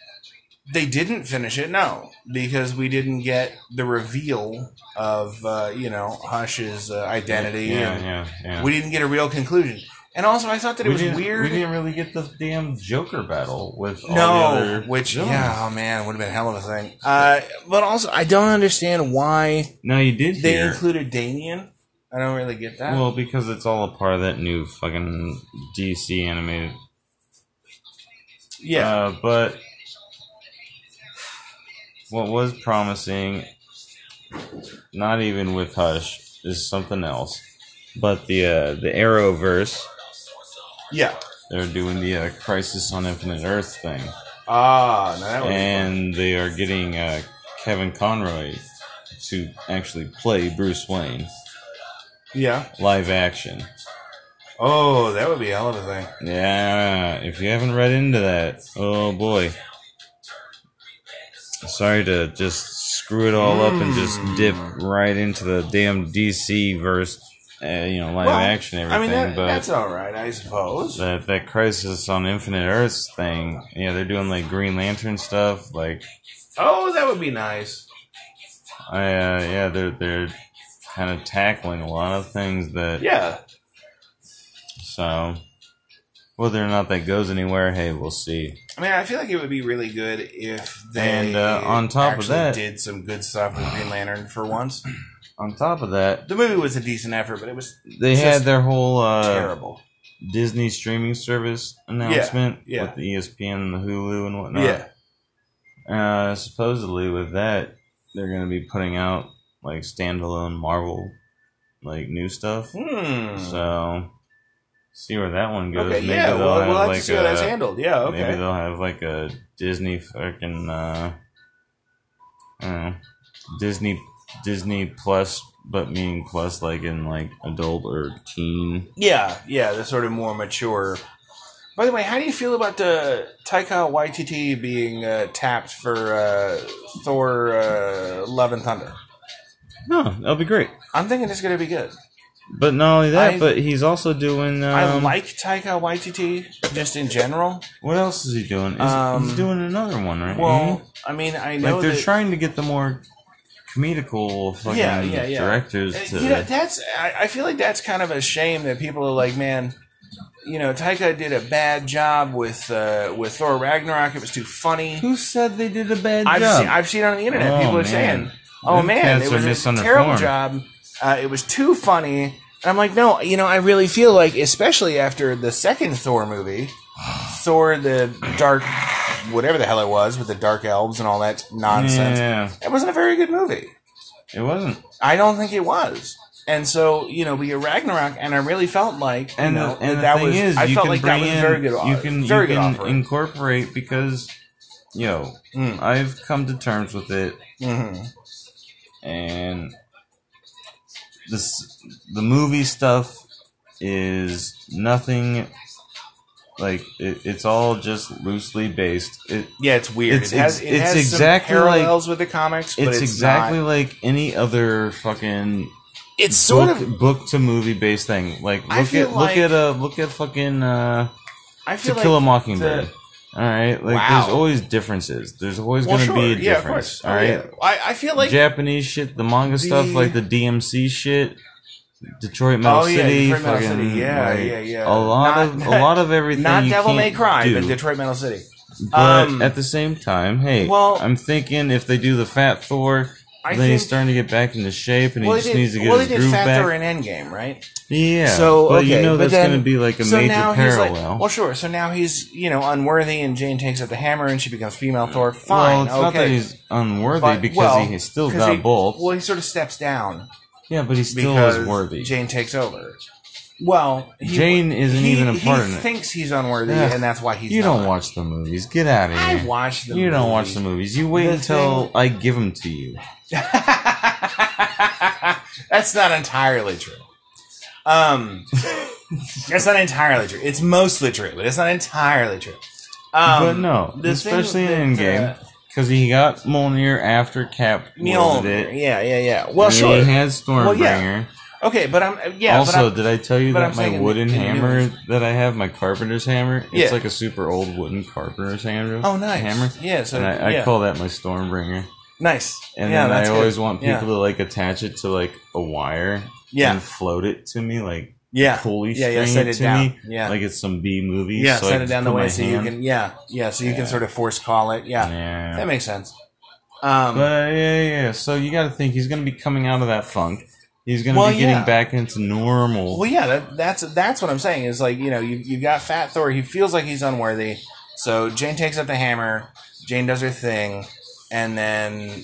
S1: They didn't finish it, no, because we didn't get the reveal of uh, you know Hush's uh, identity.
S2: Yeah,
S1: and
S2: yeah, yeah.
S1: We didn't get a real conclusion, and also I thought that it
S2: We
S1: was
S2: didn't,
S1: weird.
S2: We didn't really get the damn Joker battle with all the
S1: no,
S2: other
S1: which
S2: villains.
S1: yeah, oh man, would have been a hell of a thing. Uh, but also, I don't understand why
S2: No, you did
S1: they
S2: hear.
S1: included Damien. I don't really get that.
S2: well, because it's all a part of that new fucking DC animated.
S1: yeah,
S2: Uh, but what was promising, not even with Hush, is something else. But the uh, the Arrowverse,
S1: yeah.
S2: they're doing the uh, Crisis on Infinite Earth thing,
S1: Ah, no, that was
S2: and they are getting uh, Kevin Conroy to actually play Bruce Wayne
S1: yeah.
S2: live action.
S1: Oh, that would be a hell of a thing.
S2: Yeah, if you haven't read into that, oh boy. Sorry to just screw it all up and just
S1: Hmm.
S2: dip right into the damn DC verse, uh, you know, live
S1: Well,
S2: action
S1: I
S2: everything.
S1: mean, that,
S2: but
S1: that's all right, I suppose.
S2: that that Crisis on Infinite Earths thing, yeah, they're doing like Green Lantern stuff. Like,
S1: Oh, that would be nice.
S2: I, uh, yeah, they're they're kind of tackling a lot of things that
S1: Yeah.
S2: so. Whether or not that goes anywhere, hey, we'll see.
S1: I mean, I feel like it would be really good if they
S2: And, uh, on top of
S1: actually
S2: that-
S1: did some good stuff with Green Lantern for once.
S2: On top of that,
S1: The movie was a decent effort, but it was
S2: they
S1: Just
S2: had their whole uh,
S1: terrible.
S2: Disney streaming service announcement
S1: yeah.
S2: with E the ESPN and the Hulu and whatnot.
S1: yeah,
S2: Uh, supposedly, with that, they're going to be putting out like standalone Marvel, like new stuff.
S1: hmm.
S2: So See where that one goes.
S1: Okay,
S2: maybe
S1: yeah,
S2: they'll
S1: we'll,
S2: have
S1: we'll have
S2: like uh,
S1: to see how that's
S2: a-
S1: handled. Yeah, okay.
S2: Maybe they'll have like a Disney fucking uh, I don't know, Disney Disney Plus, but meaning plus like in like adult or teen.
S1: Yeah, yeah, the sort of more mature. By the way, how do you feel about the Taika Waititi being uh, tapped for uh, Thor: uh, Love and Thunder?
S2: No, that'll be great.
S1: I'm thinking it's going to be good.
S2: But not only that,
S1: I-
S2: but he's also doing. Um,
S1: I like Taika Waititi just in general.
S2: What else is he doing? Is,
S1: Um,
S2: he's doing another one, right?
S1: Well, I mean, I know
S2: mm-hmm. like they're
S1: that,
S2: trying to get the more comedical fucking
S1: Yeah, yeah, yeah.
S2: directors
S1: Uh,
S2: to.
S1: You know, that's I, I feel like that's kind of a shame that people are like, man, you know, Taika did a bad job with uh, with Thor Ragnarok. It was too funny.
S2: Who said they did a bad
S1: I've
S2: job?
S1: seen, I've seen it on the internet.
S2: Oh,
S1: People are
S2: man.
S1: saying, "Oh
S2: Them
S1: man,
S2: cats
S1: it
S2: are
S1: was a
S2: misinformed.
S1: terrible job. Uh, it was too funny." And I'm like, "No, you know, I really feel like, especially after the second Thor movie, Thor the Dark, whatever the hell it was, with the dark elves and all that nonsense.
S2: yeah,
S1: It wasn't a very good movie.
S2: it wasn't.
S1: I don't think it was." And so, you know, we get Ragnarok, and I really felt like,
S2: And
S1: you know,
S2: the, and the
S1: that
S2: thing
S1: was,
S2: is,
S1: I
S2: you
S1: felt
S2: can
S1: like that
S2: bring
S1: was
S2: in,
S1: a very good,
S2: you
S1: offer.
S2: can
S1: very
S2: you
S1: good
S2: can
S1: offer.
S2: incorporate because, you know,
S1: Mm.
S2: I've come to terms with it,
S1: Mhm.
S2: and this the movie stuff is nothing. Like it, it's all just loosely based. It
S1: Yeah, it's weird.
S2: It's
S1: it has,
S2: ex-
S1: it
S2: it's
S1: has
S2: exactly
S1: some
S2: like-
S1: parallels with the comics, but
S2: it's,
S1: it's,
S2: exactly
S1: not-
S2: like any other fucking
S1: it's sort
S2: book,
S1: of.
S2: book to movie based thing. Like
S1: I
S2: look
S1: feel
S2: at
S1: like-
S2: look at uh look at fucking uh,
S1: I
S2: To
S1: feel
S2: Kill a
S1: like
S2: Mockingbird. all right, like
S1: Wow.
S2: there's always differences. There's always
S1: well,
S2: going to
S1: sure,
S2: be a
S1: yeah, of course.
S2: difference.
S1: Oh,
S2: all right,
S1: Yeah. I, I feel like
S2: Japanese shit, the manga stuff,
S1: The-
S2: like the DMC shit, Detroit Metal
S1: Oh, yeah,
S2: City,
S1: Detroit Metal
S2: fucking,
S1: City. Yeah,
S2: like,
S1: yeah, yeah.
S2: A lot
S1: Not-
S2: of a lot of
S1: <laughs>
S2: everything.
S1: not
S2: you
S1: Devil May
S2: can't
S1: Cry,
S2: do.
S1: but Detroit Metal City.
S2: But
S1: Um,
S2: at the same time, hey,
S1: well-
S2: I'm thinking if they do the Fat Thor,
S1: I
S2: then he's
S1: think-
S2: starting to get back into shape, and
S1: Well,
S2: he
S1: they
S2: just
S1: did,
S2: needs to get
S1: well,
S2: his
S1: they did
S2: groove back.
S1: Factor and Endgame, right?
S2: yeah.
S1: So,
S2: but you
S1: okay,
S2: know
S1: but
S2: that's
S1: then-
S2: going to be like a
S1: so
S2: major
S1: now
S2: parallel.
S1: He's like, well, sure. So now he's you know unworthy, and Jane takes up the hammer, and she becomes female Thor.
S2: well,
S1: Fine,
S2: it's
S1: okay.
S2: not that he's unworthy
S1: But-
S2: because
S1: well,
S2: he has still
S1: 'cause
S2: got
S1: he-
S2: both.
S1: Well, he sort of steps down
S2: yeah, but he still
S1: because
S2: is worthy.
S1: Jane takes over. Well, he-
S2: Jane isn't
S1: he-
S2: even a part
S1: He
S2: in it.
S1: thinks he's unworthy,
S2: Yeah.
S1: and that's why he's.
S2: you
S1: not.
S2: don't watch the movies. Get out of here.
S1: I watch the.
S2: you don't watch
S1: movie.
S2: the movies. You wait
S1: The
S2: until
S1: thing-
S2: I give them to you.
S1: <laughs> that's not entirely true. Um, that's not entirely true. It's mostly true, but it's not entirely true. Um,
S2: but no,
S1: the thing
S2: especially in
S1: that,
S2: Endgame,
S1: uh,
S2: because he got Mjolnir after Cap wielded
S1: Mjolnir.
S2: it.
S1: Yeah, yeah, yeah. Well,
S2: and
S1: sure.
S2: He had Stormbringer.
S1: Well, yeah. Okay, but I'm uh, yeah. but
S2: also,
S1: I'm-
S2: did I tell you
S1: but
S2: that
S1: I'm
S2: my
S1: saying
S2: wooden
S1: in the
S2: hammer
S1: movies.
S2: that I have, my carpenter's hammer, it's
S1: Yeah.
S2: like a super old wooden carpenter's hammer.
S1: oh, nice.
S2: Hammer.
S1: Yeah. So
S2: and I, I
S1: yeah.
S2: call that my Stormbringer.
S1: nice.
S2: And
S1: yeah,
S2: then I
S1: that's good.
S2: always want people
S1: Yeah.
S2: to like attach it to like a wire
S1: Yeah.
S2: and float it to me, like
S1: yeah.
S2: pulley
S1: yeah, yeah,
S2: string
S1: send
S2: it
S1: it
S2: to
S1: down.
S2: me,
S1: Yeah.
S2: like it's some B movie.
S1: yeah,
S2: so I
S1: send
S2: can
S1: it down the
S2: put my
S1: way so you
S2: hand-
S1: can yeah yeah so you
S2: Yeah.
S1: can sort of force call it yeah,
S2: Yeah.
S1: that makes sense. Um,
S2: But uh, yeah, yeah, yeah. So you got to think he's going to be coming out of that funk. He's going to
S1: Well,
S2: be getting
S1: yeah.
S2: back into normal.
S1: Well, yeah, that, that's that's what I'm saying. Is like you know you you got Fat Thor. He feels like he's unworthy. So Jane takes up the hammer. Jane does her thing, and then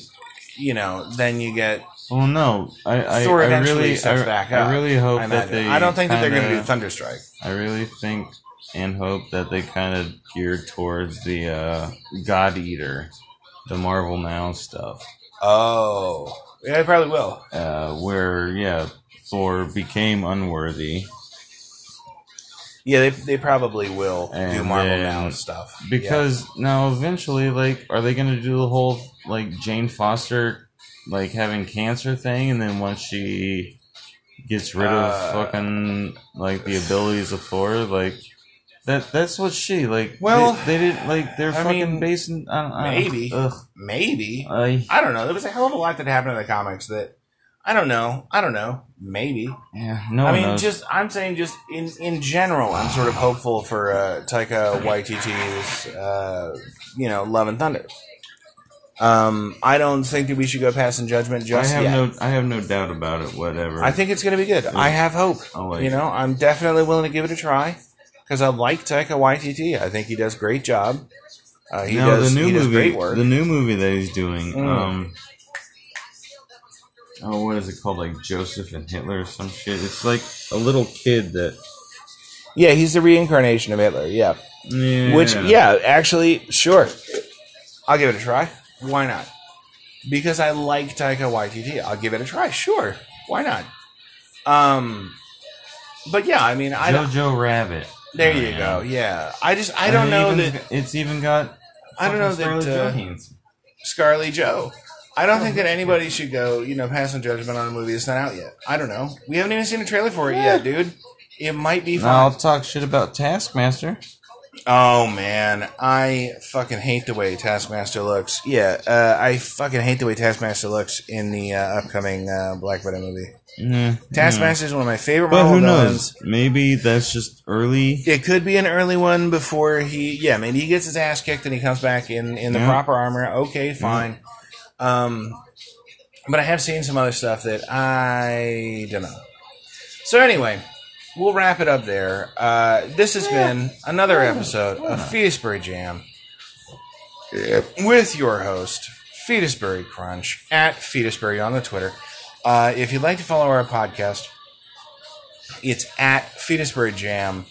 S1: you know then you get
S2: well, Oh, no, I, I,
S1: Thor
S2: I
S1: eventually
S2: really,
S1: steps
S2: I,
S1: back
S2: I
S1: up,
S2: really hope
S1: I
S2: that
S1: imagine.
S2: they.
S1: I don't think that they're going to do
S2: kinda-
S1: Thunderstrike.
S2: I really think and hope that they kind of gear towards the uh, God Eater, the Marvel Now stuff.
S1: Oh, yeah, they probably will.
S2: uh, where yeah, Thor became unworthy
S1: Yeah, they, they probably will do
S2: And
S1: Marvel
S2: then-
S1: Now stuff Yeah.
S2: because now eventually, like, are they gonna do the whole like Jane Foster like having cancer thing, and then once she gets rid
S1: Uh,
S2: of fucking like the abilities of Thor, like. That, that's what she like.
S1: Well,
S2: they, they didn't like. They're
S1: I
S2: fucking
S1: mean,
S2: basing. I don't, I don't,
S1: maybe.
S2: Ugh,
S1: maybe
S2: I,
S1: I don't know. There was a hell of a lot that happened in the comics that I don't know. I don't know. Maybe.
S2: yeah, no
S1: I
S2: one
S1: mean,
S2: knows.
S1: just I'm saying, just in in general, I'm sort of hopeful for uh, Taika Waititi's, uh, you know, Love and Thunder. Um, I don't think that we should go past in judgment
S2: I
S1: just
S2: have
S1: yet.
S2: no. I have no doubt about it. Whatever.
S1: I think it's going to be good. I have hope.
S2: I like
S1: you know, I'm definitely willing to give it a try because I like Taika Waititi. I think he does great job. Uh, he
S2: No,
S1: does.
S2: the new
S1: he does
S2: movie,
S1: great work.
S2: the new movie that he's doing.
S1: Mm.
S2: Um, oh, what is it called? Like Joseph and Hitler or some shit. It's like a little kid that
S1: Yeah, he's the reincarnation of Hitler. Yeah.
S2: Yeah.
S1: Which, yeah, actually, sure. I'll give it a try. Why not? Because I like Taika Waititi. I'll give it a try. Sure. Why not? Um, but yeah, I mean, I don't,
S2: Jojo Rabbit.
S1: there
S2: Oh,
S1: you
S2: yeah.
S1: go. Yeah, I just I
S2: And
S1: don't
S2: it
S1: know
S2: even's
S1: that
S2: g- it's even got.
S1: I don't know
S2: fucking Scarlett
S1: that, uh,
S2: Johansson. Oh,
S1: Scarly Joe. I don't think that anybody should go, you know, passing judgment on a movie that's not out yet. I don't know. We haven't even seen a trailer for it yet, dude. It might be
S2: Now I'll
S1: fun.
S2: talk shit about Taskmaster.
S1: Oh man, I fucking hate the way Taskmaster looks. Yeah, uh, I fucking hate the way Taskmaster looks in the uh, upcoming uh, Black Widow movie.
S2: Yeah.
S1: Taskmaster is one of my favorite
S2: But
S1: Marvel
S2: Hmm. who
S1: villains.
S2: knows? Maybe that's just early.
S1: It could be an early one before he, yeah, maybe he gets his ass kicked and he comes back in in the
S2: Yeah.
S1: proper armor. Okay, fine. Um, but I have seen some other stuff that I don't know. So anyway, we'll wrap it up there. Uh, this has been another episode of Fetusbury Jam with your host Fetusbury Crunch at Fetusbury on the Twitter. Uh, if you'd like to follow our podcast, it's at Fetusbury Jam.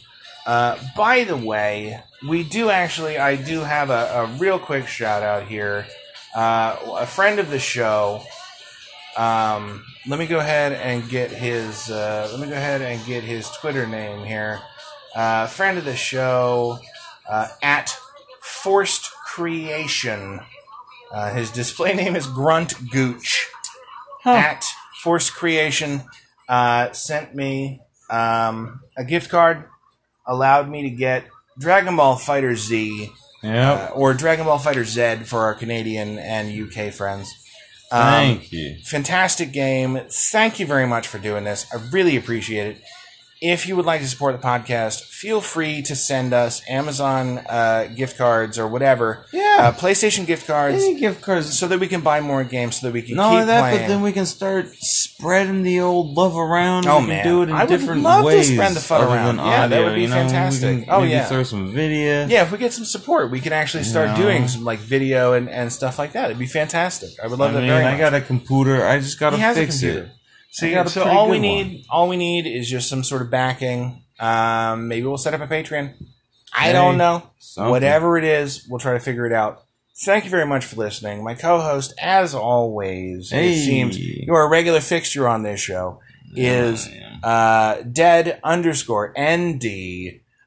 S1: Uh, by the way, we do actually, I do have a, a real quick shout out here. Uh, a friend of the show. Um, let me go ahead and get his. Uh, let me go ahead and get his Twitter name here. Uh, friend of the show uh, at Forced Creation. Uh, his display <laughs> name is Grunt Gooch. At Forced Creation uh, sent me um, a gift card, allowed me to get Dragon Ball Fighter Z uh,
S2: Yep.
S1: or Dragon Ball Fighter Z for our Canadian and UK friends. Um,
S2: Thank you.
S1: Fantastic game. Thank you very much for doing this. I really appreciate it. If you would like to support the podcast, feel free to send us Amazon uh, gift cards or whatever.
S2: Yeah.
S1: Uh, PlayStation gift cards
S2: Any gift cards.
S1: so that we can buy more games so that we can
S2: Not
S1: keep
S2: only that,
S1: playing.
S2: but then we can start spreading the old love around.
S1: Oh,
S2: we can
S1: man.
S2: do it in
S1: I would
S2: different
S1: love to
S2: ways.
S1: spread the fun
S2: other
S1: around.
S2: than
S1: Yeah, that
S2: audio,
S1: would be
S2: you know? We can
S1: fantastic. Oh,
S2: maybe
S1: yeah.
S2: Throw some video.
S1: yeah, if we get some support, we can actually start
S2: No.
S1: doing some like video and, and stuff like that. It'd be fantastic. I would love
S2: I
S1: that
S2: mean,
S1: very much.
S2: I got a computer. I just gotta
S1: He has a
S2: fix it.
S1: computer.
S2: I
S1: See,
S2: got a
S1: so
S2: pretty
S1: all
S2: good
S1: we
S2: one.
S1: need, all we need is just some sort of backing. Um, maybe we'll set up a Patreon. I
S2: Hey,
S1: don't know.
S2: something.
S1: Whatever it is, we'll try to figure it out. Thank you very much for listening. My co-host, as always,
S2: Hey.
S1: it seems you're a regular fixture on this show. Is
S2: Yeah,
S1: uh, dead underscore nd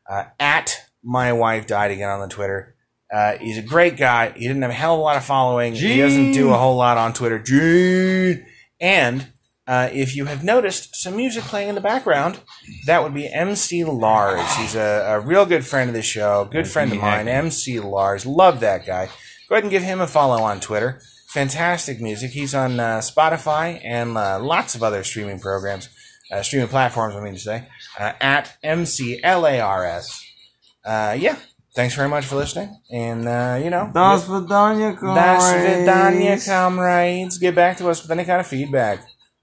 S1: uh, at my wife died again on the Twitter. Uh, he's a great guy. He didn't have a hell of a lot of following. He doesn't do a whole lot on Twitter. Gene. And uh, if you have noticed some music playing in the background, that would be MC Lars. He's a, a real good friend of the show, good friend of mine, MC Lars. Love that guy. Go ahead and give him a follow on Twitter. Fantastic music. He's on uh, Spotify and uh, lots of other streaming programs, uh, streaming platforms, I mean to say, uh, at MCLARS. Uh, yeah. Thanks very much for listening. And, uh, you know,
S2: Das Vidania
S1: that's
S2: comrades.
S1: Vidania, comrades. Get back to us with any kind of feedback.